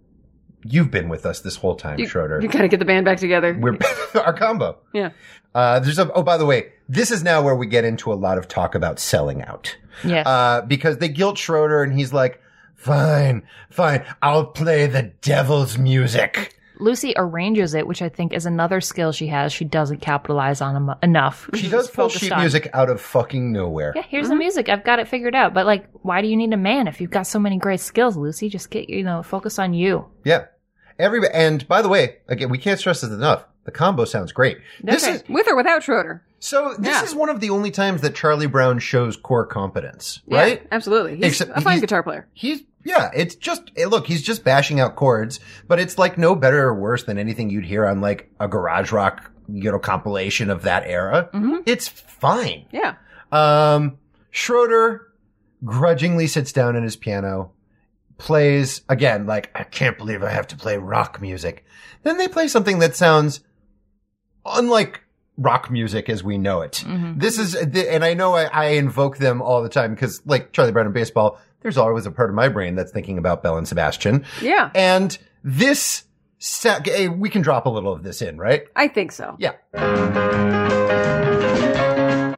Speaker 3: You've been with us this whole time,
Speaker 2: You,
Speaker 3: Schroeder.
Speaker 2: you gotta get the band back together.
Speaker 3: We're our combo.
Speaker 2: yeah.
Speaker 3: Uh, there's a. Oh, by the way, this is now where we get into a lot of talk about selling out.
Speaker 4: Yes.
Speaker 3: uh, because they guilt Schroeder and he's like, fine, fine, I'll play the devil's music.
Speaker 4: Lucy arranges it, which I think is another skill she has. She doesn't capitalize on em- enough.
Speaker 3: She
Speaker 4: She's
Speaker 3: does pull
Speaker 4: focused
Speaker 3: sheet
Speaker 4: on-
Speaker 3: music out of fucking nowhere.
Speaker 4: Yeah, here's the music. I've got it figured out. But like, why do you need a man if you've got so many great skills, Lucy? Just get you know, focus on you.
Speaker 3: Yeah. Every, and by the way, again, we can't stress this enough. The combo sounds great. This
Speaker 4: Okay.
Speaker 3: is,
Speaker 2: With or without Schroeder.
Speaker 3: so this
Speaker 2: Yeah.
Speaker 3: is one of the only times that Charlie Brown shows core competence,
Speaker 2: Yeah,
Speaker 3: right?
Speaker 2: Absolutely. He's
Speaker 3: Except
Speaker 2: a fine
Speaker 3: he's-
Speaker 2: guitar player.
Speaker 3: He's, yeah, it's just, eh, look, he's just bashing out chords, but it's like no better or worse than anything you'd hear on like a garage rock, you know, compilation of that era.
Speaker 4: Mm-hmm.
Speaker 2: Mhm.
Speaker 3: It's fine.
Speaker 2: Yeah.
Speaker 3: Um, Schroeder grudgingly sits down at his piano, plays again, like, I can't believe I have to play rock music. Then they play something that sounds unlike rock music as we know it. This is, and I know I, I invoke them all the time because, like Charlie Brown and baseball, there's always a part of my brain that's thinking about Bell and Sebastian.
Speaker 2: Yeah.
Speaker 3: And this, sa- eh, we can drop a little of this in, right?
Speaker 2: I think so.
Speaker 3: Yeah.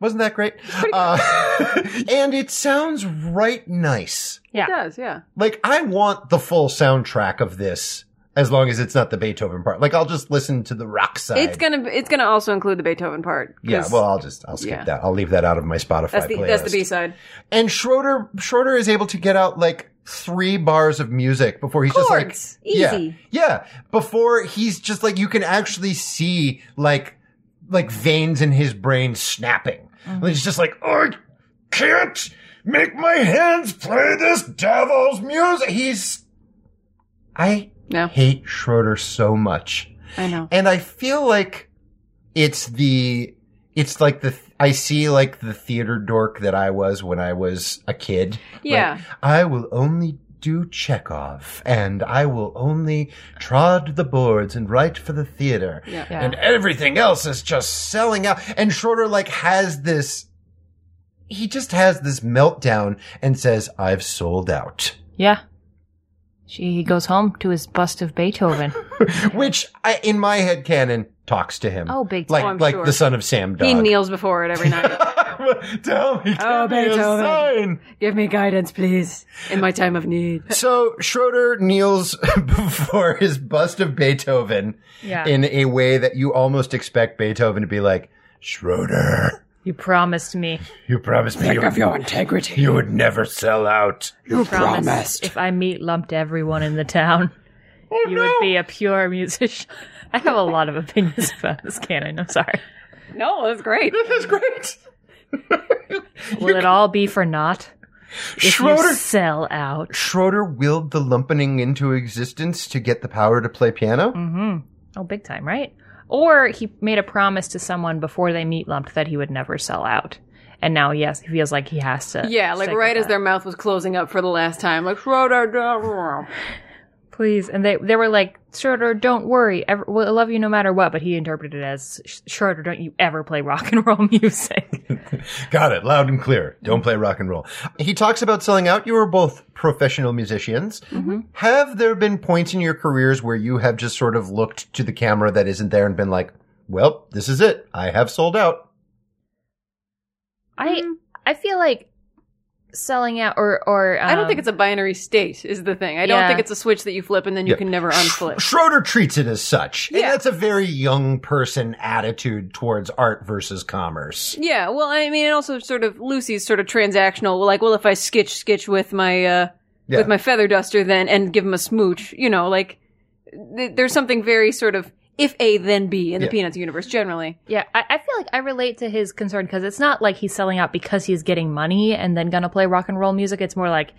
Speaker 3: Wasn't that great? Uh, and it sounds right nice.
Speaker 4: Yeah.
Speaker 2: It does, yeah.
Speaker 3: Like I want the full soundtrack of this as long as it's not the Beethoven part. Like I'll just listen to the rock side.
Speaker 2: It's gonna it's gonna also include the Beethoven part. 'cause
Speaker 3: yeah, well, I'll just I'll skip
Speaker 2: Yeah.
Speaker 3: that. I'll leave that out of my Spotify
Speaker 2: that's the
Speaker 3: playlist.
Speaker 2: that's the B side.
Speaker 3: And Schroeder Schroeder is able to get out like three bars of music before he's just like
Speaker 2: Chords. Easy.
Speaker 3: Yeah, yeah. Before he's just like you can actually see like like veins in his brain snapping.
Speaker 2: Mm-hmm.
Speaker 3: And he's just like, I can't make my hands play this devil's music. He's I
Speaker 2: No.
Speaker 3: hate Schroeder so much.
Speaker 2: I know.
Speaker 3: And I feel like it's the it's like the I see like the theater dork that I was when I was a kid.
Speaker 2: Yeah.
Speaker 3: Like, I will only do Chekhov and I will only trod the boards and write for the theater.
Speaker 2: Yeah.
Speaker 4: Yeah.
Speaker 3: And everything else is just selling out. And Schroeder like has this he just has this meltdown and says, I've sold out.
Speaker 4: Yeah. She he goes home to his bust of Beethoven.
Speaker 3: Which I, in my head canon talks to him.
Speaker 4: Oh, big
Speaker 3: like
Speaker 2: time. Oh, I'm
Speaker 3: like
Speaker 2: sure.
Speaker 3: the son of Sam Dog.
Speaker 2: He kneels before it every night.
Speaker 3: Tell me,
Speaker 2: Oh,
Speaker 3: give me a
Speaker 2: Beethoven.
Speaker 3: sign.
Speaker 2: Give me guidance, please, in my time of need.
Speaker 3: So Schroeder kneels before his bust of Beethoven
Speaker 4: yeah.
Speaker 3: in a way that you almost expect Beethoven to be like, Schroeder,
Speaker 4: you promised me.
Speaker 3: you promised me you, would-
Speaker 7: integrity.
Speaker 3: you would never sell out.
Speaker 7: You
Speaker 4: If I meat lumped everyone in the town,
Speaker 2: Oh,
Speaker 4: you would be a pure musician. I have a lot of opinions about this canon. I'm sorry.
Speaker 2: No, that's great.
Speaker 3: That's great.
Speaker 4: Will it all be for naught? If
Speaker 3: Schroeder.
Speaker 4: you sell out.
Speaker 3: Schroeder willed the lumpening into existence to get the power to play piano.
Speaker 4: Mm-hmm. Oh, big time, right? Or he made a promise to someone before they meat lumped that he would never sell out. And now, yes, he feels like he has to.
Speaker 2: Yeah, like
Speaker 4: stick
Speaker 2: right
Speaker 4: with
Speaker 2: as
Speaker 4: that.
Speaker 2: their mouth was closing up for the last time, like Schroeder. da- da- da."
Speaker 4: Please. And they, they were like, Schroeder, don't worry. Ever, we'll I love you no matter what. But he interpreted it as, "Sch- Schroeder, don't you ever play rock and roll music.
Speaker 3: Got it, loud and clear. Don't play rock and roll. He talks about selling out. You were both professional musicians. Have there been points in your careers where you have just sort of looked to the camera that isn't there and been like, well, this is it. I have sold out.
Speaker 2: Mm-hmm.
Speaker 4: I, I feel like selling out or, or,
Speaker 2: I don't
Speaker 4: um,
Speaker 2: think it's a binary state, is the thing. I don't
Speaker 4: yeah.
Speaker 2: think it's a switch that you flip and then you
Speaker 3: Yeah.
Speaker 2: can never unflip.
Speaker 3: Schroeder treats it as such. And
Speaker 2: Yeah.
Speaker 3: that's a very young person attitude towards art versus commerce.
Speaker 2: Yeah, well, I mean, and also sort of Lucy's sort of transactional. well, Like, well, if I skitch skitch with my uh
Speaker 3: Yeah.
Speaker 2: with my feather duster, then and give him a smooch, you know, like th- there's something very sort of if A then B in the
Speaker 3: Yeah.
Speaker 2: Peanuts universe generally.
Speaker 4: Yeah, I, I feel like I relate to his concern because it's not like he's selling out because he's getting money and then gonna play rock and roll music. It's more like,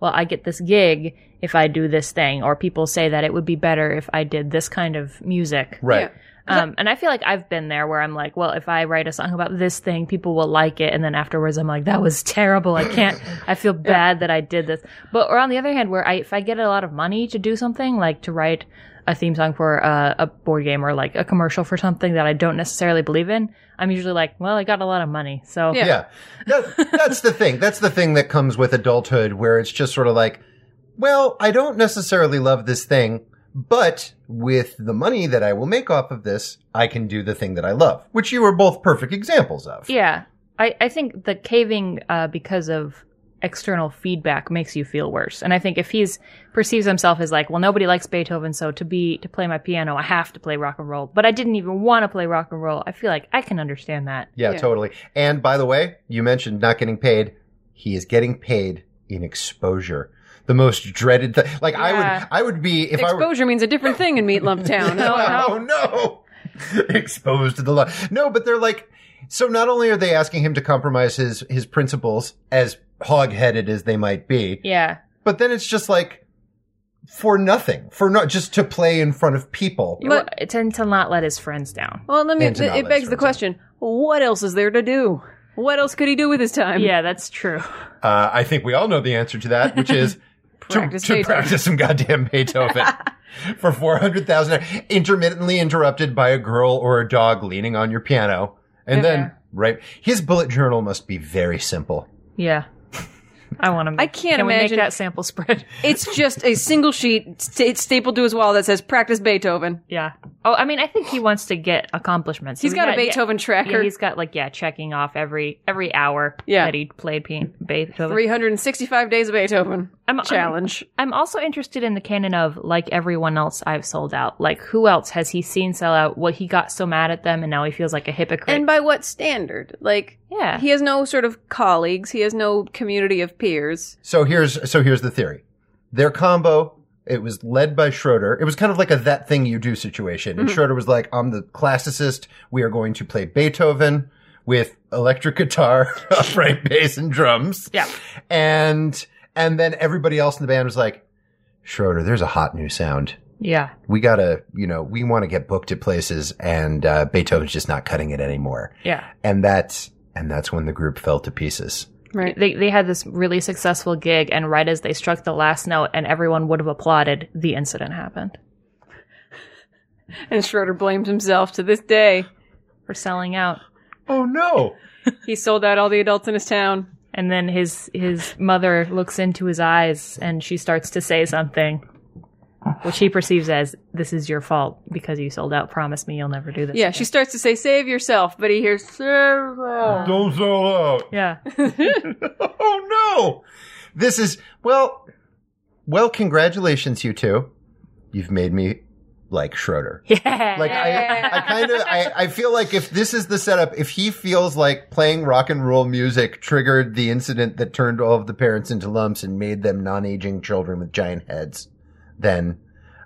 Speaker 4: well, I get this gig if I do this thing, or people say that it would be better if I did this kind of music.
Speaker 3: Right.
Speaker 4: Um, and I feel like I've been there where I'm like, well, if I write a song about this thing, people will like it, and then afterwards I'm like, that was terrible. I can't. I feel bad that I did this. But or on the other hand, where I if I get a lot of money to do something, like to write a theme song for a, a board game or like a commercial for something that I don't necessarily believe in, I'm usually like, well, I got a lot of money, so
Speaker 2: Yeah.
Speaker 3: Yeah. That- that's the thing. That's the thing that comes with adulthood where it's just sort of like, well, I don't necessarily love this thing, But with the money that I will make off of this, I can do the thing that I love, which you are both perfect examples of.
Speaker 4: Yeah. I, I think the caving uh, because of external feedback makes you feel worse. And I think if he's perceives himself as like, well, nobody likes Beethoven, so to be to play my piano, I have to play rock and roll. But I didn't even want to play rock and roll. I feel like I can understand that.
Speaker 3: Yeah,
Speaker 2: Yeah.
Speaker 3: totally. And by the way, you mentioned not getting paid. He is getting paid in exposure. The most dreaded thing. Like
Speaker 4: Yeah.
Speaker 3: I would, I would be if I were.
Speaker 2: Exposure means a different thing in Meat Lump Town.
Speaker 3: oh no! Exposed to the law. No, but they're like. So not only are they asking him to compromise his his principles, as hog-headed as they might be,
Speaker 4: Yeah.
Speaker 3: but then it's just like for nothing, for not just to play in front of people.
Speaker 4: But,
Speaker 2: But-
Speaker 4: tend to not let his friends down.
Speaker 2: Well, let me.
Speaker 3: And to not
Speaker 2: It
Speaker 3: let
Speaker 2: begs
Speaker 3: his
Speaker 2: the
Speaker 3: friends
Speaker 2: question: What else is there to do? What else could he do with his time?
Speaker 4: Yeah, that's true.
Speaker 3: Uh, I think we all know the answer to that, which is to,
Speaker 2: Practice
Speaker 3: to
Speaker 2: Beethoven.
Speaker 3: practice some goddamn Beethoven for 400,000, intermittently interrupted by a girl or a dog leaning on your piano. And
Speaker 4: Yeah.
Speaker 3: then, right, his bullet journal must be very simple.
Speaker 4: Yeah. I want to.
Speaker 2: I can't
Speaker 4: can We
Speaker 2: imagine-
Speaker 4: make that sample spread.
Speaker 2: It's just a single sheet sta- stapled to his wall that says "Practice Beethoven."
Speaker 4: yeah. Oh, I mean, I think he wants to get accomplishments.
Speaker 2: He's
Speaker 4: So
Speaker 2: got
Speaker 4: yeah,
Speaker 2: a Beethoven
Speaker 4: Yeah,
Speaker 2: tracker.
Speaker 4: yeah, he's got like yeah, checking off every every hour
Speaker 2: Yeah.
Speaker 4: that he played pe- Beethoven.
Speaker 2: 365 days of Beethoven
Speaker 4: I'm- I'm-
Speaker 2: challenge.
Speaker 4: I'm also interested in the canon of like everyone else I've sold out. Like who else has he seen sell out? What he got so mad at them and now he feels like a hypocrite.
Speaker 2: and by what standard? Like,
Speaker 4: yeah.
Speaker 2: he has no sort of colleagues. He has no community of peers.
Speaker 3: So here's, so here's the theory. Their combo, it was led by Schroeder. It was kind of like a that thing you do situation. And Schroeder was like, I'm the classicist. We are going to play Beethoven with electric guitar, upright bass and drums.
Speaker 4: yeah.
Speaker 3: and and then everybody else in the band was like, Schroeder, there's a hot new sound.
Speaker 4: Yeah.
Speaker 3: We gotta, you know, we want to get booked at places, and uh, Beethoven's just not cutting it anymore.
Speaker 4: Yeah.
Speaker 3: And that's and that's when the group fell to pieces.
Speaker 2: Right.
Speaker 4: They they had this really successful gig and right as they struck the last note and everyone would have applauded, the incident happened.
Speaker 2: And Schroeder blames himself to this day.
Speaker 4: For selling out.
Speaker 3: Oh no!
Speaker 2: He sold out all the adults in his town.
Speaker 4: And then his his mother looks into his eyes and she starts to say something. Which he perceives as this is your fault because you sold out. Promise me you'll never do this.
Speaker 2: Yeah, Uh. she starts to say, save yourself, but he hears, "Save us."
Speaker 3: Don't sell out.
Speaker 4: Yeah.
Speaker 3: oh no! This is well, well. Congratulations, you two. You've made me like Schroeder.
Speaker 4: Yeah.
Speaker 3: Like I, I kind of, I, I feel like if this is the setup, if he feels like playing rock and roll music triggered the incident that turned all of the parents into lumps and made them non-aging children with giant heads, then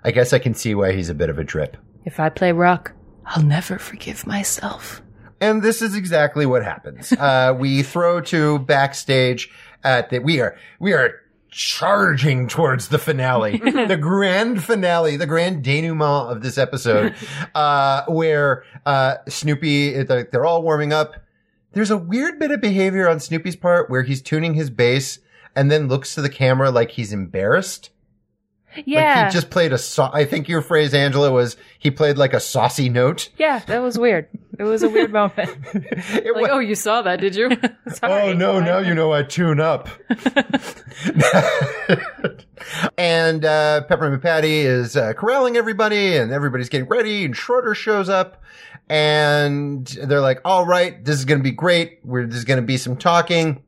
Speaker 3: I guess I can see why he's a bit of a drip.
Speaker 4: If I play rock, I'll never forgive myself.
Speaker 3: And this is exactly what happens. Uh, we throw to backstage at the, we are, we are charging towards the finale, the grand finale, the grand denouement of this episode, uh, where, uh, Snoopy, they're, they're all warming up. There's a weird bit of behavior on Snoopy's part where he's tuning his bass and then looks to the camera like he's embarrassed.
Speaker 4: Yeah.
Speaker 3: Like he just played a so- I think your phrase, Angela, was he played like a saucy note.
Speaker 4: yeah, that was weird. It was a weird moment.
Speaker 3: It
Speaker 2: Like, oh, you saw that, did you?
Speaker 4: Sorry.
Speaker 3: Oh no,
Speaker 4: I-
Speaker 3: now you know I tune up. and uh, Peppermint Patty is uh, corralling everybody, and everybody's getting ready, and Schroeder shows up, and they're like, all right, this is going to be great. We're, there's going to be some talking.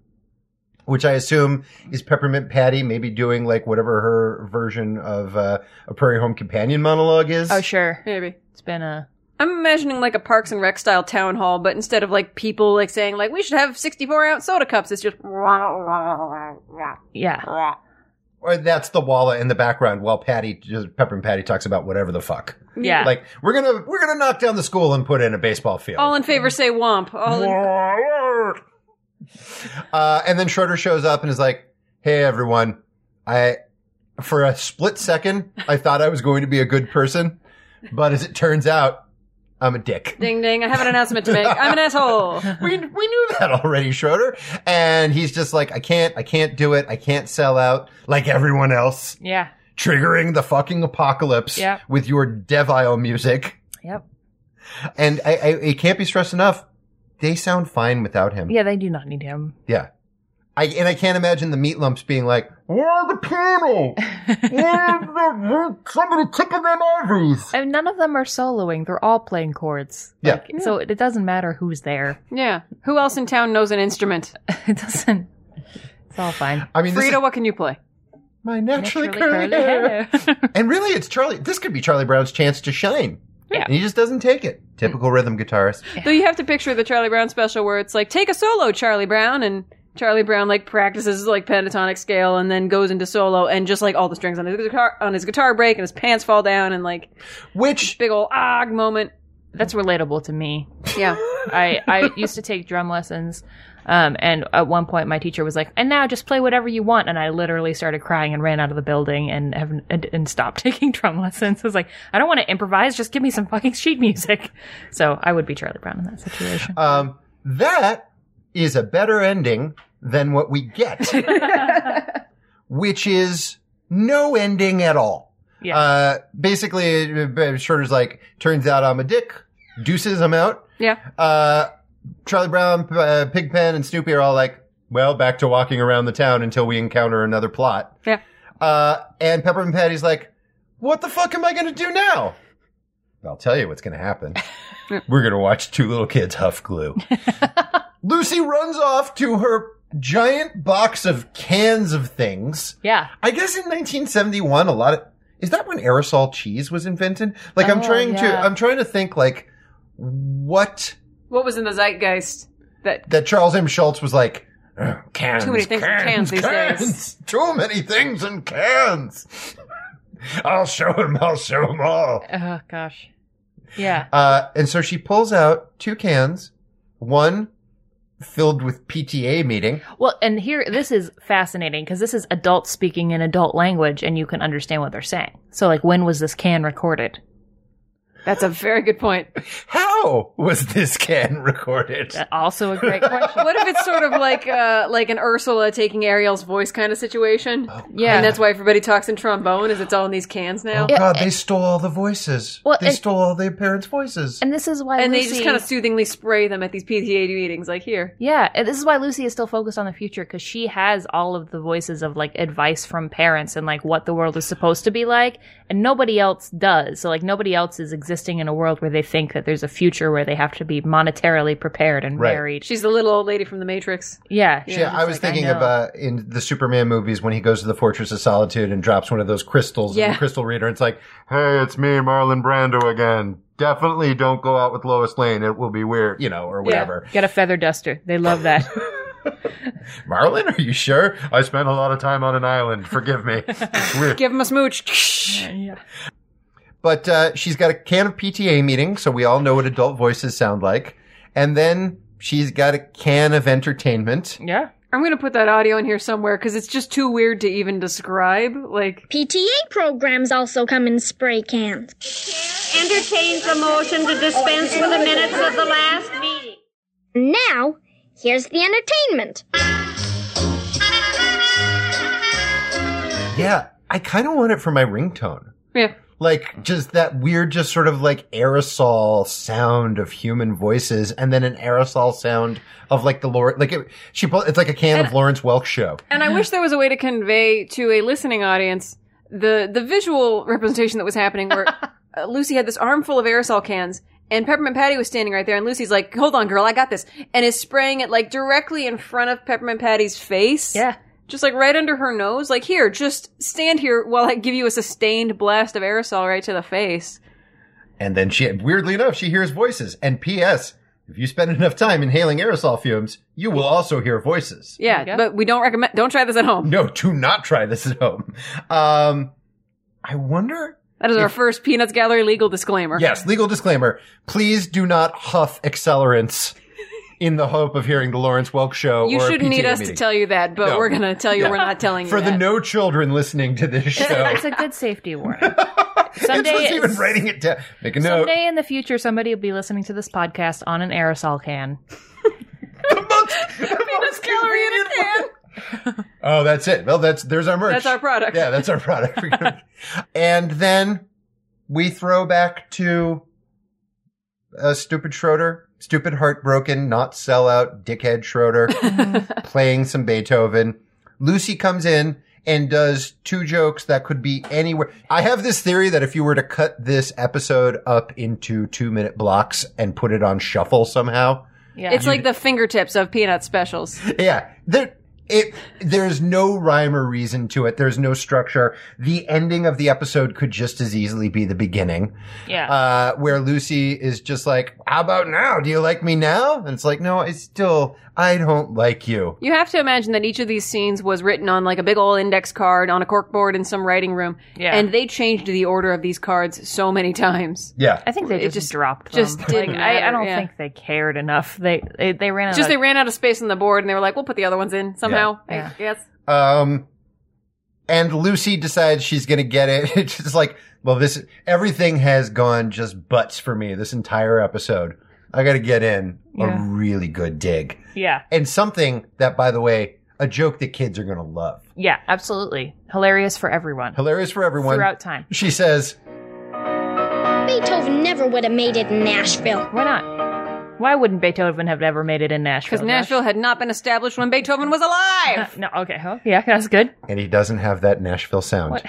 Speaker 3: Which I assume is Peppermint Patty maybe doing like whatever her version of uh, a Prairie Home Companion monologue is.
Speaker 4: Oh sure.
Speaker 2: Maybe.
Speaker 4: It's been a
Speaker 2: I'm imagining like a Parks and Rec style town hall, but instead of like people like saying like we should have 64 ounce soda cups, it's just
Speaker 4: yeah.
Speaker 3: or that's the Walla in the background while Patty, just Peppermint Patty talks about whatever the fuck.
Speaker 4: Yeah.
Speaker 3: Like we're gonna we're gonna knock down the school and put in a baseball field.
Speaker 2: all in favor say womp. All in-
Speaker 3: uh, and then Schroeder shows up and is like, "Hey everyone, I for a split second I thought I was going to be a good person, but as it turns out, I'm a dick."
Speaker 2: ding ding, I have an announcement to make. I'm an asshole.
Speaker 3: we, we knew that already, Schroeder. And he's just like, I can't, I can't do it. I can't sell out like everyone else,
Speaker 4: yeah.
Speaker 3: triggering the fucking apocalypse
Speaker 4: Yeah.
Speaker 3: with your devile music.
Speaker 4: Yep.
Speaker 3: And I, I, it can't be stressed enough. They sound fine without him.
Speaker 4: Yeah, they do not need him.
Speaker 3: Yeah. I, and I can't imagine the meat lumps being like, where's the piano? Where's the, somebody tipping their ivories?
Speaker 4: And none of them are soloing. They're all playing chords.
Speaker 3: Yeah.
Speaker 4: Like, So it, it doesn't matter who's there.
Speaker 2: Yeah. Who else in town knows an instrument?
Speaker 4: It doesn't. It's all fine.
Speaker 3: I mean, this is
Speaker 2: Frida, what can you play?
Speaker 3: my naturally,
Speaker 4: Naturally
Speaker 3: curly hair.
Speaker 4: curly hair.
Speaker 3: And really, it's Charlie. This could be Charlie Brown's chance to shine.
Speaker 4: Yeah.
Speaker 3: And he just doesn't take it. Typical rhythm guitarist.
Speaker 2: Though you have to picture the Charlie Brown special where it's like, take a solo, Charlie Brown, and Charlie Brown like practices like pentatonic scale and then goes into solo and just like all the strings on his guitar on his guitar break and his pants fall down and like
Speaker 3: Which,
Speaker 2: big old ah moment.
Speaker 4: That's relatable to me.
Speaker 2: Yeah.
Speaker 4: I, I used to take drum lessons. Um, and at one point, my teacher was like, and now just play whatever you want. And I literally started crying and ran out of the building and have, and, and stopped taking drum lessons. I was like, I don't want to improvise. Just give me some fucking sheet music. So I would be Charlie Brown in that situation.
Speaker 3: um, that is a better ending than what we get, which is no ending at all.
Speaker 4: Yeah.
Speaker 3: Uh, basically, uh, Schroeder's like, turns out I'm a dick. Deuces, I'm out.
Speaker 2: Yeah.
Speaker 3: Uh, Charlie Brown, uh, Pigpen, and Snoopy are all like, well, back to walking around the town until we encounter another plot.
Speaker 2: Yeah.
Speaker 3: Uh, and Peppermint Patty's like, what the fuck am I going to do now? I'll tell you what's going to happen. We're going to watch two little kids huff glue. Lucy runs off to her giant box of cans of things.
Speaker 4: yeah.
Speaker 3: I guess in 1971, a lot of is that when aerosol cheese was invented? Like I'm
Speaker 4: Oh,
Speaker 3: trying to,
Speaker 4: yeah.
Speaker 3: I'm trying to think like what
Speaker 2: What was in the zeitgeist that
Speaker 3: that Charles M. Schultz was like. "Ugh, Cans,
Speaker 2: Too many things in cans these days."
Speaker 3: Too many things in cans. I'll show him. I'll show him all.
Speaker 4: Oh, gosh. Yeah.
Speaker 3: Uh, and so she pulls out two cans, one filled with PTA meeting.
Speaker 4: Well, and here, this is fascinating because this is adults speaking in adult language and you can understand what they're saying. So, like, when was this can recorded?
Speaker 2: That's a very good point.
Speaker 3: How was this can recorded?
Speaker 4: Also a great question.
Speaker 2: What if it's sort of like uh like an Ursula taking Ariel's voice kind of situation?
Speaker 3: Oh,
Speaker 4: yeah.
Speaker 2: And that's why everybody talks in trombone is it's all in these cans now.
Speaker 3: Oh God, they stole all the voices.
Speaker 4: Well,
Speaker 3: they
Speaker 4: and-
Speaker 3: stole all their parents' voices.
Speaker 4: and this is why
Speaker 2: And they
Speaker 4: Lucy,
Speaker 2: just kind of soothingly spray them at these PTA meetings like here.
Speaker 4: yeah and this is why lucy is still focused on the future because she has all of the voices of like advice from parents and like what the world is supposed to be like and nobody else does so like nobody else is existing in a world where they think that there's a future where they have to be monetarily prepared and
Speaker 3: Right.
Speaker 4: married
Speaker 2: She's the little old lady from the Matrix.
Speaker 4: yeah
Speaker 3: yeah, I was thinking of uh, in the Superman movies when he goes to the Fortress of Solitude and drops one of those crystals in
Speaker 2: Yeah.
Speaker 3: the crystal reader. It's like, hey, it's me, Marlon Brando again. Definitely don't go out with Lois Lane. It will be weird, you know, or whatever.
Speaker 4: get a feather duster they love that
Speaker 3: Marlon, are you sure? I spent a lot of time on an island. Forgive me. It's weird.
Speaker 2: Give him a smooch.
Speaker 4: yeah
Speaker 3: But uh, she's got a can of PTA meeting, so we all know what adult voices sound like. And then she's got a can of entertainment.
Speaker 4: yeah
Speaker 2: I'm gonna put that audio in here somewhere because it's just too weird to even describe. Like,
Speaker 5: PTA programs also come in spray cans.
Speaker 7: Entertains the motion to dispense with the minutes of the last meeting.
Speaker 5: Now, here's the entertainment.
Speaker 3: Yeah, I kind of want it for my ringtone.
Speaker 2: yeah,
Speaker 3: Like just that weird, just sort of like aerosol sound of human voices, and then an aerosol sound of like the Lawrence. Like it, she, pull, it's like a can of Lawrence Welk show.
Speaker 2: and I wish there was a way to convey to a listening audience the the visual representation that was happening, where uh, Lucy had this armful of aerosol cans. And Peppermint Patty was standing right there, and Lucy's like, "Hold on, girl, I got this," and is spraying it like directly in front of Peppermint Patty's face.
Speaker 4: yeah
Speaker 2: just like right under her nose. Like, here, just stand here while I give you a sustained blast of aerosol right to the face.
Speaker 3: And then she, weirdly enough, she hears voices. And P.S. If you spend enough time inhaling aerosol fumes, you will also hear voices.
Speaker 2: Yeah,
Speaker 4: There you go.
Speaker 2: but we don't recommend. Don't try this at home.
Speaker 3: No, do not try this at home. Um, I wonder.
Speaker 2: That is our first Peanuts Gallery legal disclaimer.
Speaker 3: Yes, legal disclaimer. Please do not huff accelerants in the hope of hearing the Lawrence Welk show.
Speaker 2: you
Speaker 3: or a
Speaker 2: shouldn't need
Speaker 3: PTA
Speaker 2: us
Speaker 3: meeting.
Speaker 2: to tell you that, but
Speaker 3: No.
Speaker 2: we're gonna tell you we're not telling you
Speaker 3: For the
Speaker 2: that.
Speaker 3: no children listening to this show,
Speaker 4: it's a good safety warning
Speaker 3: it's
Speaker 4: someday
Speaker 3: just even writing it down. Make a note.
Speaker 4: someday in the future somebody will be listening to this podcast on an aerosol can
Speaker 2: Peanuts Gallery in a can.
Speaker 3: Oh, that's it. Well, that's there's our merch.
Speaker 2: That's our product.
Speaker 3: yeah, that's our product. and then we throw back to uh, stupid Schroeder Stupid heartbroken, not sellout, dickhead Schroeder playing some Beethoven. Lucy comes in and does two jokes that could be anywhere. I have this theory that if you were to cut this episode up into two minute blocks and put it on shuffle somehow,
Speaker 4: Yeah.
Speaker 2: It's like the fingertips of peanut specials.
Speaker 3: yeah, there, it, there's no rhyme or reason to it. There's no structure. The ending of the episode could just as easily be the beginning,
Speaker 4: yeah.
Speaker 3: uh, where Lucy is just like, how about now? Do you like me now? And it's like, no, I still, I don't like you.
Speaker 2: You have to imagine that each of these scenes was written on like a big old index card on a corkboard in some writing room.
Speaker 4: Yeah.
Speaker 2: And they changed the order of these cards so many times.
Speaker 3: Yeah.
Speaker 4: I think they
Speaker 2: it
Speaker 4: just,
Speaker 2: just-
Speaker 4: dropped them.
Speaker 2: just didn't
Speaker 4: like, I, I
Speaker 2: matter,
Speaker 4: don't
Speaker 2: yeah.
Speaker 4: think they cared enough. They they, they ran out
Speaker 2: Just
Speaker 4: of
Speaker 2: they ran out of space on the board and they were like, we'll put the other ones in somehow.
Speaker 4: Yeah.
Speaker 2: I guess.
Speaker 3: Um, and Lucy decides she's gonna get it. It's just like, well, this everything has gone just butts for me this entire episode. I gotta get in
Speaker 4: Yeah.
Speaker 3: a really good dig
Speaker 4: Yeah.
Speaker 3: and something that, by the way, a joke that kids are gonna love.
Speaker 4: Yeah, absolutely. Hilarious for everyone.
Speaker 3: Hilarious for everyone.
Speaker 4: Throughout time.
Speaker 3: She says,
Speaker 5: Beethoven never would have made it in Nashville.
Speaker 4: Why not? Why wouldn't Beethoven have ever made it in Nashville?
Speaker 2: Because Nashville had not been established when Beethoven was alive.
Speaker 4: Josh? No, okay. Huh? Yeah, that's good.
Speaker 3: and he doesn't have that Nashville sound.
Speaker 4: What?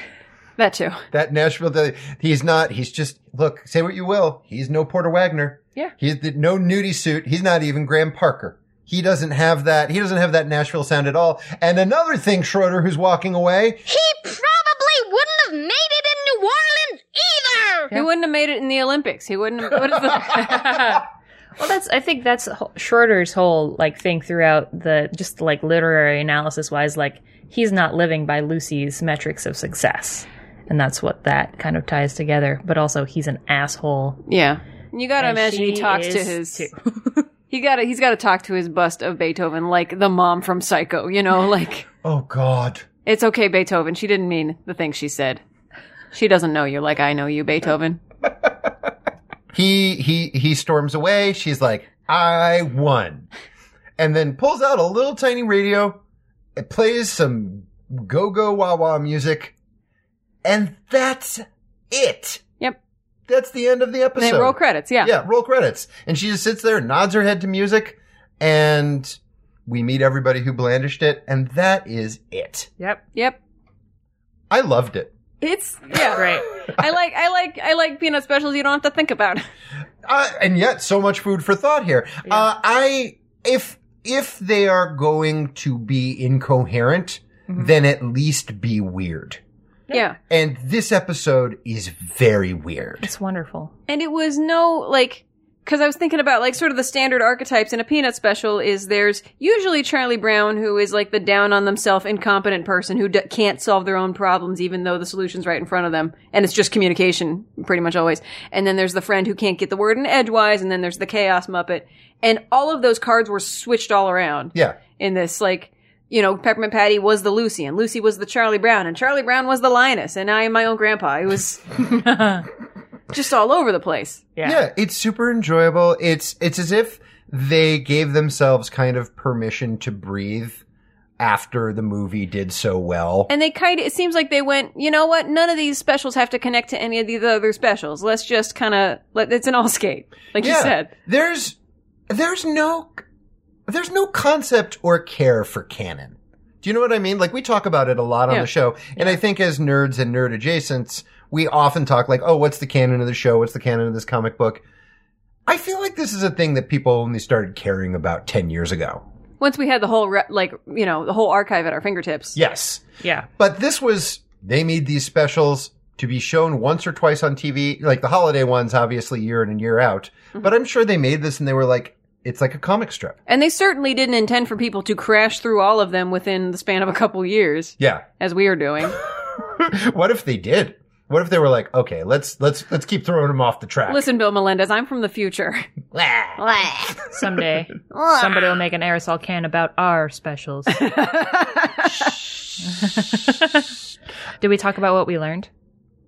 Speaker 2: that too.
Speaker 3: That Nashville, the, he's not. He's just look. Say what you will. He's no Porter Wagner.
Speaker 4: Yeah.
Speaker 3: He's the, no nudie suit. He's not even Graham Parker. He doesn't have that. He doesn't have that Nashville sound at all. And another thing, Schroeder, who's walking away.
Speaker 5: He probably wouldn't have made it in New Orleans either.
Speaker 2: He wouldn't have made it in the Olympics. He wouldn't have. What is the,
Speaker 4: Well, that's. I think that's wh- Schroeder's whole like thing throughout the just like literary analysis wise. Like he's not living by Lucy's metrics of success, and that's what that kind of ties together. But also, he's an asshole.
Speaker 2: yeah. You gotta
Speaker 4: And
Speaker 2: imagine he
Speaker 4: she
Speaker 2: talks to his.
Speaker 4: is too.
Speaker 2: He gotta. He's gotta talk to his bust of Beethoven, like the mom from Psycho. You know, like
Speaker 3: Oh God.
Speaker 2: it's okay, Beethoven. She didn't mean the thing she said. She doesn't know you like I know you, Beethoven.
Speaker 3: He he he storms away. She's like, I won, and then pulls out a little tiny radio. It plays some go go wah wah music, and that's it.
Speaker 2: Yep.
Speaker 3: That's the end of the
Speaker 2: And
Speaker 3: episode.
Speaker 2: then roll credits. Yeah.
Speaker 3: yeah, roll credits. And she just sits there, nods her head to music, and we meet everybody who blandished it, and that is it.
Speaker 4: yep.
Speaker 2: Yep.
Speaker 3: I loved it.
Speaker 2: It's yeah.
Speaker 4: Great.
Speaker 2: I like. I like. I like peanut specials. You don't have to think about.
Speaker 3: Uh, and yet, so much food for thought here. Uh, I if if they are going to be incoherent, then at least be weird.
Speaker 2: Yeah.
Speaker 3: And this episode is very weird.
Speaker 4: It's wonderful.
Speaker 2: and it was no like because i was thinking about like sort of the standard archetypes in a peanut special is there's usually charlie brown who is like the down on themselves incompetent person who d- can't solve their own problems even though the solution's right in front of them and it's just communication pretty much always and then there's the friend who can't get the word in edgewise and then there's the chaos muppet and all of those cards were switched all around
Speaker 3: Yeah.
Speaker 2: in this like you know peppermint patty was the lucy and lucy was the charlie brown and charlie brown was the linus and i am my own grandpa it was just all over the place
Speaker 4: Yeah.
Speaker 3: yeah, it's super enjoyable. It's it's as if they gave themselves kind of permission to breathe after the movie did so well.
Speaker 2: And they kind of, it seems like they went, you know what? None of these specials have to connect to any of these other specials. Let's just kind of, let, it's an all skate, like you said.
Speaker 3: There's there's no there's no concept or care for canon. Do you know what I mean? Like we talk about it a lot on
Speaker 2: Yeah.
Speaker 3: the show, and I think as nerds and nerd adjacents, we often talk like, "Oh, what's the canon of the show? What's the canon of this comic book?" I feel like this is a thing that people only started caring about 10 years ago.
Speaker 2: Once we had the whole, re- like, you know, the whole archive at our fingertips.
Speaker 3: Yes.
Speaker 4: Yeah.
Speaker 3: But this was, they made these specials to be shown once or twice on TV, like the holiday ones, obviously year in and year out.
Speaker 2: Mm-hmm.
Speaker 3: But I'm sure they made this and they were like, it's like a comic strip.
Speaker 2: And they certainly didn't intend for people to crash through all of them within the span of a couple years,
Speaker 3: Yeah.
Speaker 2: as we are doing.
Speaker 3: what if they did? What if they were like, okay, let's, let's, let's keep throwing them off the track.
Speaker 2: Listen, Bill Melendez, I'm from the future.
Speaker 4: Someday somebody will make an aerosol can about our specials. Did we talk about what we learned?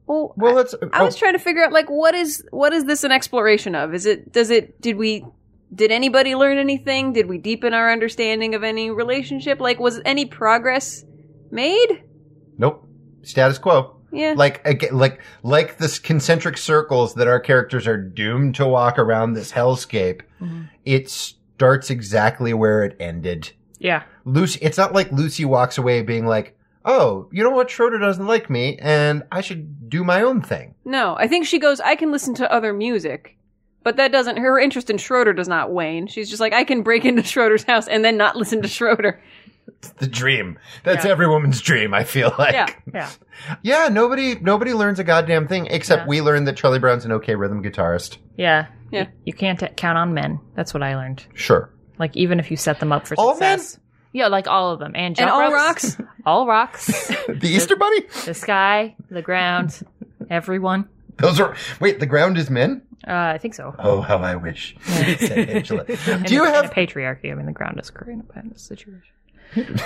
Speaker 2: Well,
Speaker 3: Well, let's, oh,
Speaker 2: I was trying to figure out, like, what is, what is this an exploration of? Is it, does it, did we, did anybody learn anything? Did we deepen our understanding of any relationship? Like, was any progress made?
Speaker 3: nope. Status quo.
Speaker 2: Yeah.
Speaker 3: Like aga like like this concentric circles that our characters are doomed to walk around this hellscape.
Speaker 2: Mm-hmm.
Speaker 3: It starts exactly where it ended.
Speaker 4: Yeah.
Speaker 3: Lucy, it's not like Lucy walks away being like, "Oh, you know what? Schroeder doesn't like me, and I should do my own thing."
Speaker 2: No, I think she goes, I can listen to other music. But that doesn't, her interest in Schroeder does not wane. She's just like, I can break into Schroeder's house and then not listen to Schroeder.
Speaker 3: It's the dream. That's every woman's dream. I feel like.
Speaker 2: Yeah.
Speaker 4: Yeah.
Speaker 3: Yeah, nobody nobody learns a goddamn thing except
Speaker 4: Yeah.
Speaker 3: we learned that Charlie Brown's an okay rhythm guitarist.
Speaker 4: Yeah.
Speaker 2: Yeah.
Speaker 4: You can't t- count on men. That's what I learned.
Speaker 3: Sure.
Speaker 4: Like even if you set them up for
Speaker 3: All men?
Speaker 4: success. Yeah, like all of them. And,
Speaker 2: And
Speaker 4: jump
Speaker 2: all
Speaker 4: ropes,
Speaker 2: rocks?
Speaker 4: All rocks.
Speaker 3: The Easter Bunny?
Speaker 4: the sky, the ground, everyone.
Speaker 3: Those are Wait, the ground is men?
Speaker 4: Uh, I think so.
Speaker 3: Oh, how I wish. said Angela.
Speaker 4: In
Speaker 3: Do you
Speaker 4: a- in
Speaker 3: have
Speaker 4: a patriarchy? I mean, the ground is Korean in this situation.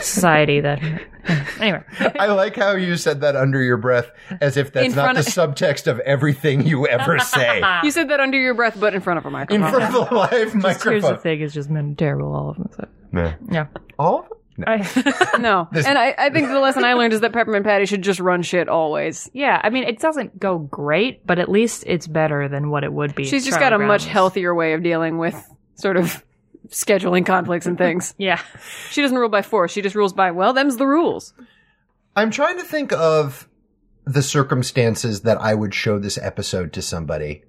Speaker 4: Society that. anyway,
Speaker 3: I like how you said that under your breath as if that's
Speaker 2: In
Speaker 3: not
Speaker 2: front
Speaker 3: the
Speaker 2: of-
Speaker 3: subtext of everything you ever say.
Speaker 2: You said that under your breath, but in front of a
Speaker 3: In
Speaker 2: microphone.
Speaker 3: front of a live
Speaker 4: here's the
Speaker 3: microphone.
Speaker 4: thing: it's just men are terrible. All of them. So.
Speaker 3: No.
Speaker 4: Yeah.
Speaker 3: All of them?
Speaker 4: I-
Speaker 2: no.
Speaker 3: This-
Speaker 2: and I, I think the lesson I learned is that Peppermint Patty should just run shit always.
Speaker 4: yeah. I mean, it doesn't go great, but at least it's better than what it would be. if
Speaker 2: She's just
Speaker 4: Charlie
Speaker 2: got a
Speaker 4: Brown
Speaker 2: much
Speaker 4: was-
Speaker 2: healthier way of dealing with sort of scheduling conflicts and things.
Speaker 4: Yeah.
Speaker 2: She doesn't rule by force. She just rules by, well, them's the rules.
Speaker 3: I'm trying to think of the circumstances that I would show this episode to somebody.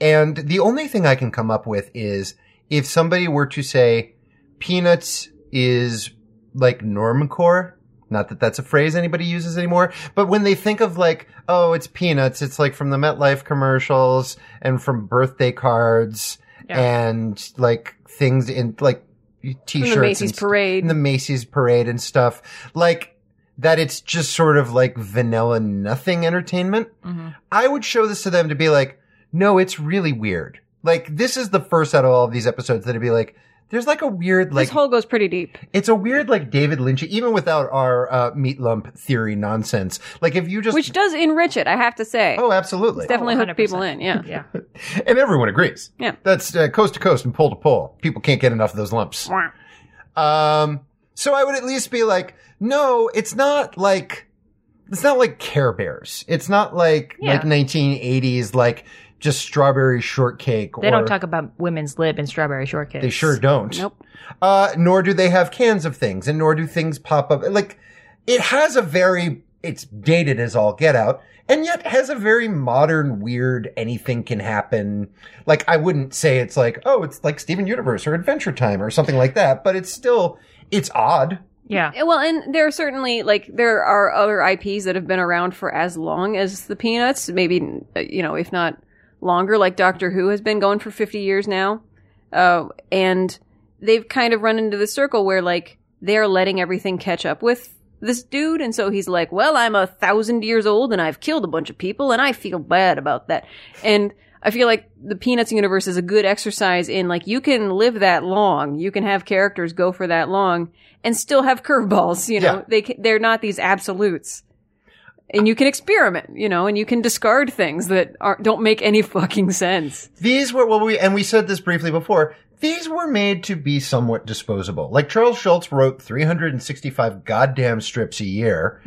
Speaker 3: And the only thing I can come up with is if somebody were to say Peanuts is like normcore, not that that's a phrase anybody uses anymore, but when they think of like, oh, it's Peanuts, it's like from the MetLife commercials and from birthday cards and like things in like t-shirts
Speaker 2: Macy's
Speaker 3: and st-
Speaker 2: parade.
Speaker 3: in the Macy's parade and stuff like that it's just sort of like vanilla nothing entertainment
Speaker 4: Mm-hmm.
Speaker 3: i would show this to them to be like no it's really weird like this is the first out of all of these episodes that'd be like there's like a weird like
Speaker 2: this whole goes pretty deep.
Speaker 3: it's a weird like david lynch even without our uh, meat lump theory nonsense like if you just
Speaker 2: Which does enrich it, I have to say.
Speaker 3: oh absolutely
Speaker 2: Definitely hook
Speaker 4: 100%.
Speaker 2: people in, yeah.
Speaker 4: Yeah.
Speaker 3: and everyone agrees.
Speaker 2: Yeah.
Speaker 3: that's uh, coast to coast and pole to pole. People can't get enough of those lumps. Um, so I would at least be like, no, it's not like it's not like Care Bears. It's not like
Speaker 4: Yeah.
Speaker 3: like 1980s like just strawberry shortcake.
Speaker 4: They
Speaker 3: or,
Speaker 4: don't talk about women's lib and strawberry shortcake.
Speaker 3: They sure don't.
Speaker 2: Nope.
Speaker 3: Uh, nor do they have cans of things, and nor do things pop up. Like, it has a very, it's dated as all get out, and yet has a very modern, weird, anything can happen. Like, I wouldn't say it's like, oh, it's like Steven Universe or Adventure Time or something like that, but it's still, it's odd.
Speaker 4: Yeah.
Speaker 2: Yeah, Well, and there are certainly like there are other IPs that have been around for as long as the Peanuts, maybe uh, you know, if not longer. Like Doctor Who has been going for fifty years now, uh, and they've kind of run into the circle where like they're letting everything catch up with this dude, and so he's like, "Well, I'm a thousand years old and I've killed a bunch of people, and I feel bad about that." And I feel like the Peanuts universe is a good exercise in like you can live that long, you can have characters go for that long, and still have curveballs. You know,
Speaker 3: Yeah.
Speaker 2: they ca- they're not these absolutes, and you can experiment. You know, and you can discard things that aren't, don't make any fucking sense.
Speaker 3: These were, well, we, and we said this briefly before, these were made to be somewhat disposable. Like Charles Schultz wrote 365 goddamn strips a year.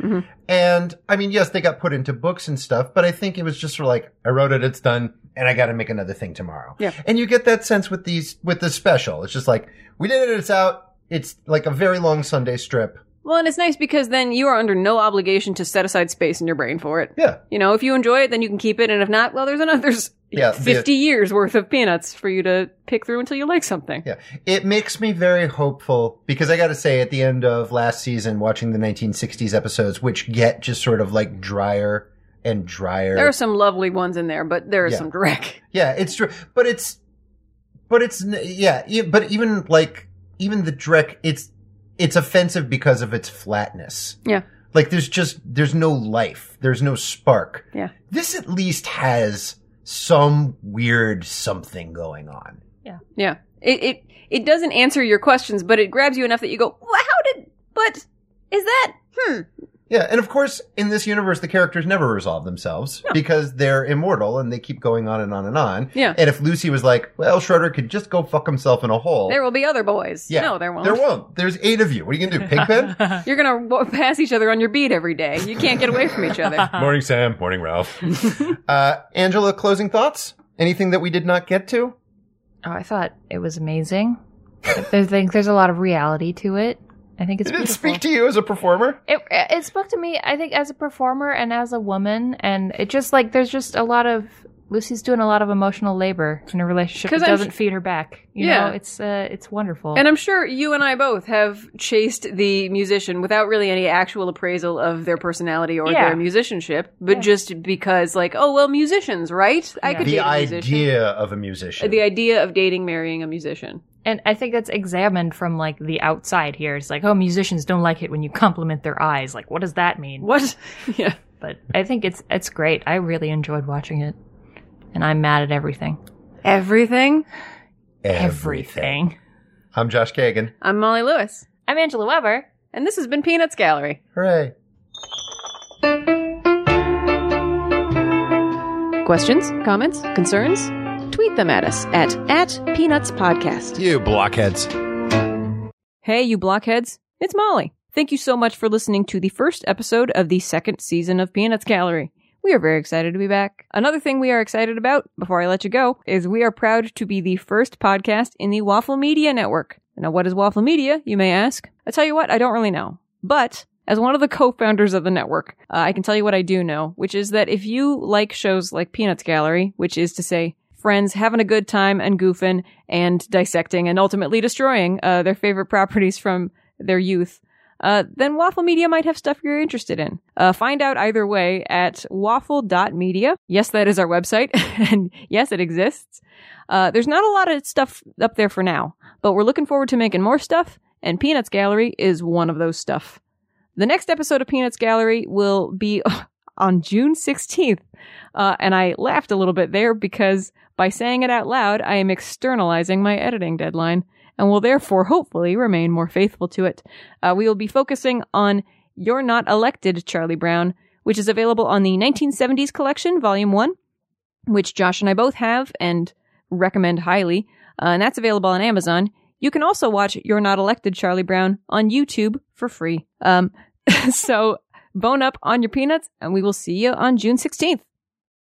Speaker 3: And I mean, yes, they got put into books and stuff, but I think it was just sort of like, I wrote it, it's done, and I got to make another thing tomorrow.
Speaker 2: Yeah.
Speaker 3: And you get that sense with these, with the special. It's just like, we did it, it's out. It's like a very long Sunday strip.
Speaker 2: Well, and it's nice because then you are under no obligation to set aside space in your brain for it.
Speaker 3: Yeah.
Speaker 2: You know, if you enjoy it, then you can keep it, and if not, well, there's another there's
Speaker 3: Yeah, the-
Speaker 2: fifty years worth of peanuts for you to pick through until you like something.
Speaker 3: Yeah. It makes me very hopeful because I got to say, at the end of last season, watching the 1960s episodes, which get just sort of like drier and drier.
Speaker 2: There are some lovely ones in there, but there is
Speaker 3: Yeah.
Speaker 2: some dreck.
Speaker 3: yeah, it's true. But it's, but it's, n- yeah, e- but even like, even the Drek, it's, it's offensive because of its flatness.
Speaker 2: Yeah.
Speaker 3: Like there's just, there's no life. There's no spark.
Speaker 2: Yeah.
Speaker 3: This at least has some weird something going on.
Speaker 2: Yeah. It it it doesn't answer your questions, but it grabs you enough that you go, well, how did but is that hmm.
Speaker 3: Yeah, and of course, in this universe, the characters never resolve themselves because they're immortal and they keep going on and on and on.
Speaker 2: Yeah.
Speaker 3: And if Lucy was like, well, Schroeder could just go fuck himself in a hole.
Speaker 2: There will be other boys.
Speaker 3: yeah,
Speaker 2: No, there won't.
Speaker 3: There won't. There's eight of you. What are you going to do, Pigpen?
Speaker 2: You're gonna w- pass each other on your beat every day. You can't get away from each other.
Speaker 3: morning, Sam. Morning, Ralph. uh, Angela, closing thoughts? Anything that we did not get to?
Speaker 4: Oh, I thought it was amazing. I think there's a lot of reality to it. I think it's
Speaker 3: Did it
Speaker 4: beautiful.
Speaker 3: speak to you as a performer?
Speaker 4: it, it spoke to me i think as a performer and as a woman and it just like there's just a lot of lucy's doing a lot of emotional labor in a relationship
Speaker 2: 'Cause
Speaker 4: that
Speaker 2: I'm
Speaker 4: doesn't
Speaker 2: sh-
Speaker 4: feed her back you
Speaker 2: Yeah.
Speaker 4: know it's uh it's wonderful
Speaker 2: And I'm sure you and I both have chased the musician without really any actual appraisal of their personality or
Speaker 4: Yeah.
Speaker 2: their musicianship, but just because, like, oh well, musicians, right? I
Speaker 4: Yeah.
Speaker 2: could
Speaker 3: The
Speaker 2: date a musician.
Speaker 3: idea of a musician.
Speaker 2: The idea of dating, marrying a musician.
Speaker 4: And I think that's examined from like the outside here. It's like, oh, musicians don't like it when you compliment their eyes. Like, what does that mean?
Speaker 2: What? yeah.
Speaker 4: But I think it's it's great. I really enjoyed watching it, and I'm mad at everything.
Speaker 2: Everything.
Speaker 4: Everything.
Speaker 3: I'm Josh Kagan.
Speaker 2: I'm Molly Lewis,
Speaker 4: I'm Angela Weber.
Speaker 2: and this has been Peanuts Gallery.
Speaker 3: Hooray.
Speaker 2: Questions, comments, concerns? Tweet them at us at, at Peanuts Podcast.
Speaker 1: You blockheads.
Speaker 2: Hey, you blockheads. It's Molly. Thank you so much for listening to the first episode of the second season of Peanuts Gallery. We are very excited to be back. Another thing we are excited about, before I let you go, is we are proud to be the first podcast in the Waffle Media Network. Now, what is Waffle Media, you may ask? I tell you what, I don't really know. But as one of the co-founders of the network, uh, I can tell you what I do know, which is that if you like shows like Peanuts Gallery, which is to say, friends having a good time and goofing and dissecting and ultimately destroying uh, their favorite properties from their youth, uh, then Waffle Media might have stuff you're interested in. Uh, find out either way at waffle.media. Yes, that is our website, and yes, it exists. Uh, there's not a lot of stuff up there for now, but we're looking forward to making more stuff, and Peanuts Gallery is one of those stuff. The next episode of Peanuts Gallery will be on June 16th. Uh, and I laughed a little bit there because by saying it out loud, I am externalizing my editing deadline and will therefore hopefully remain more faithful to it. Uh, we will be focusing on You're Not Elected, Charlie Brown, which is available on the 1970s collection, Volume 1, which Josh and I both have and recommend highly. Uh, and that's available on Amazon. You can also watch You're Not Elected, Charlie Brown on YouTube for free. Um, so bone up on your peanuts, and we will see you on June 16th.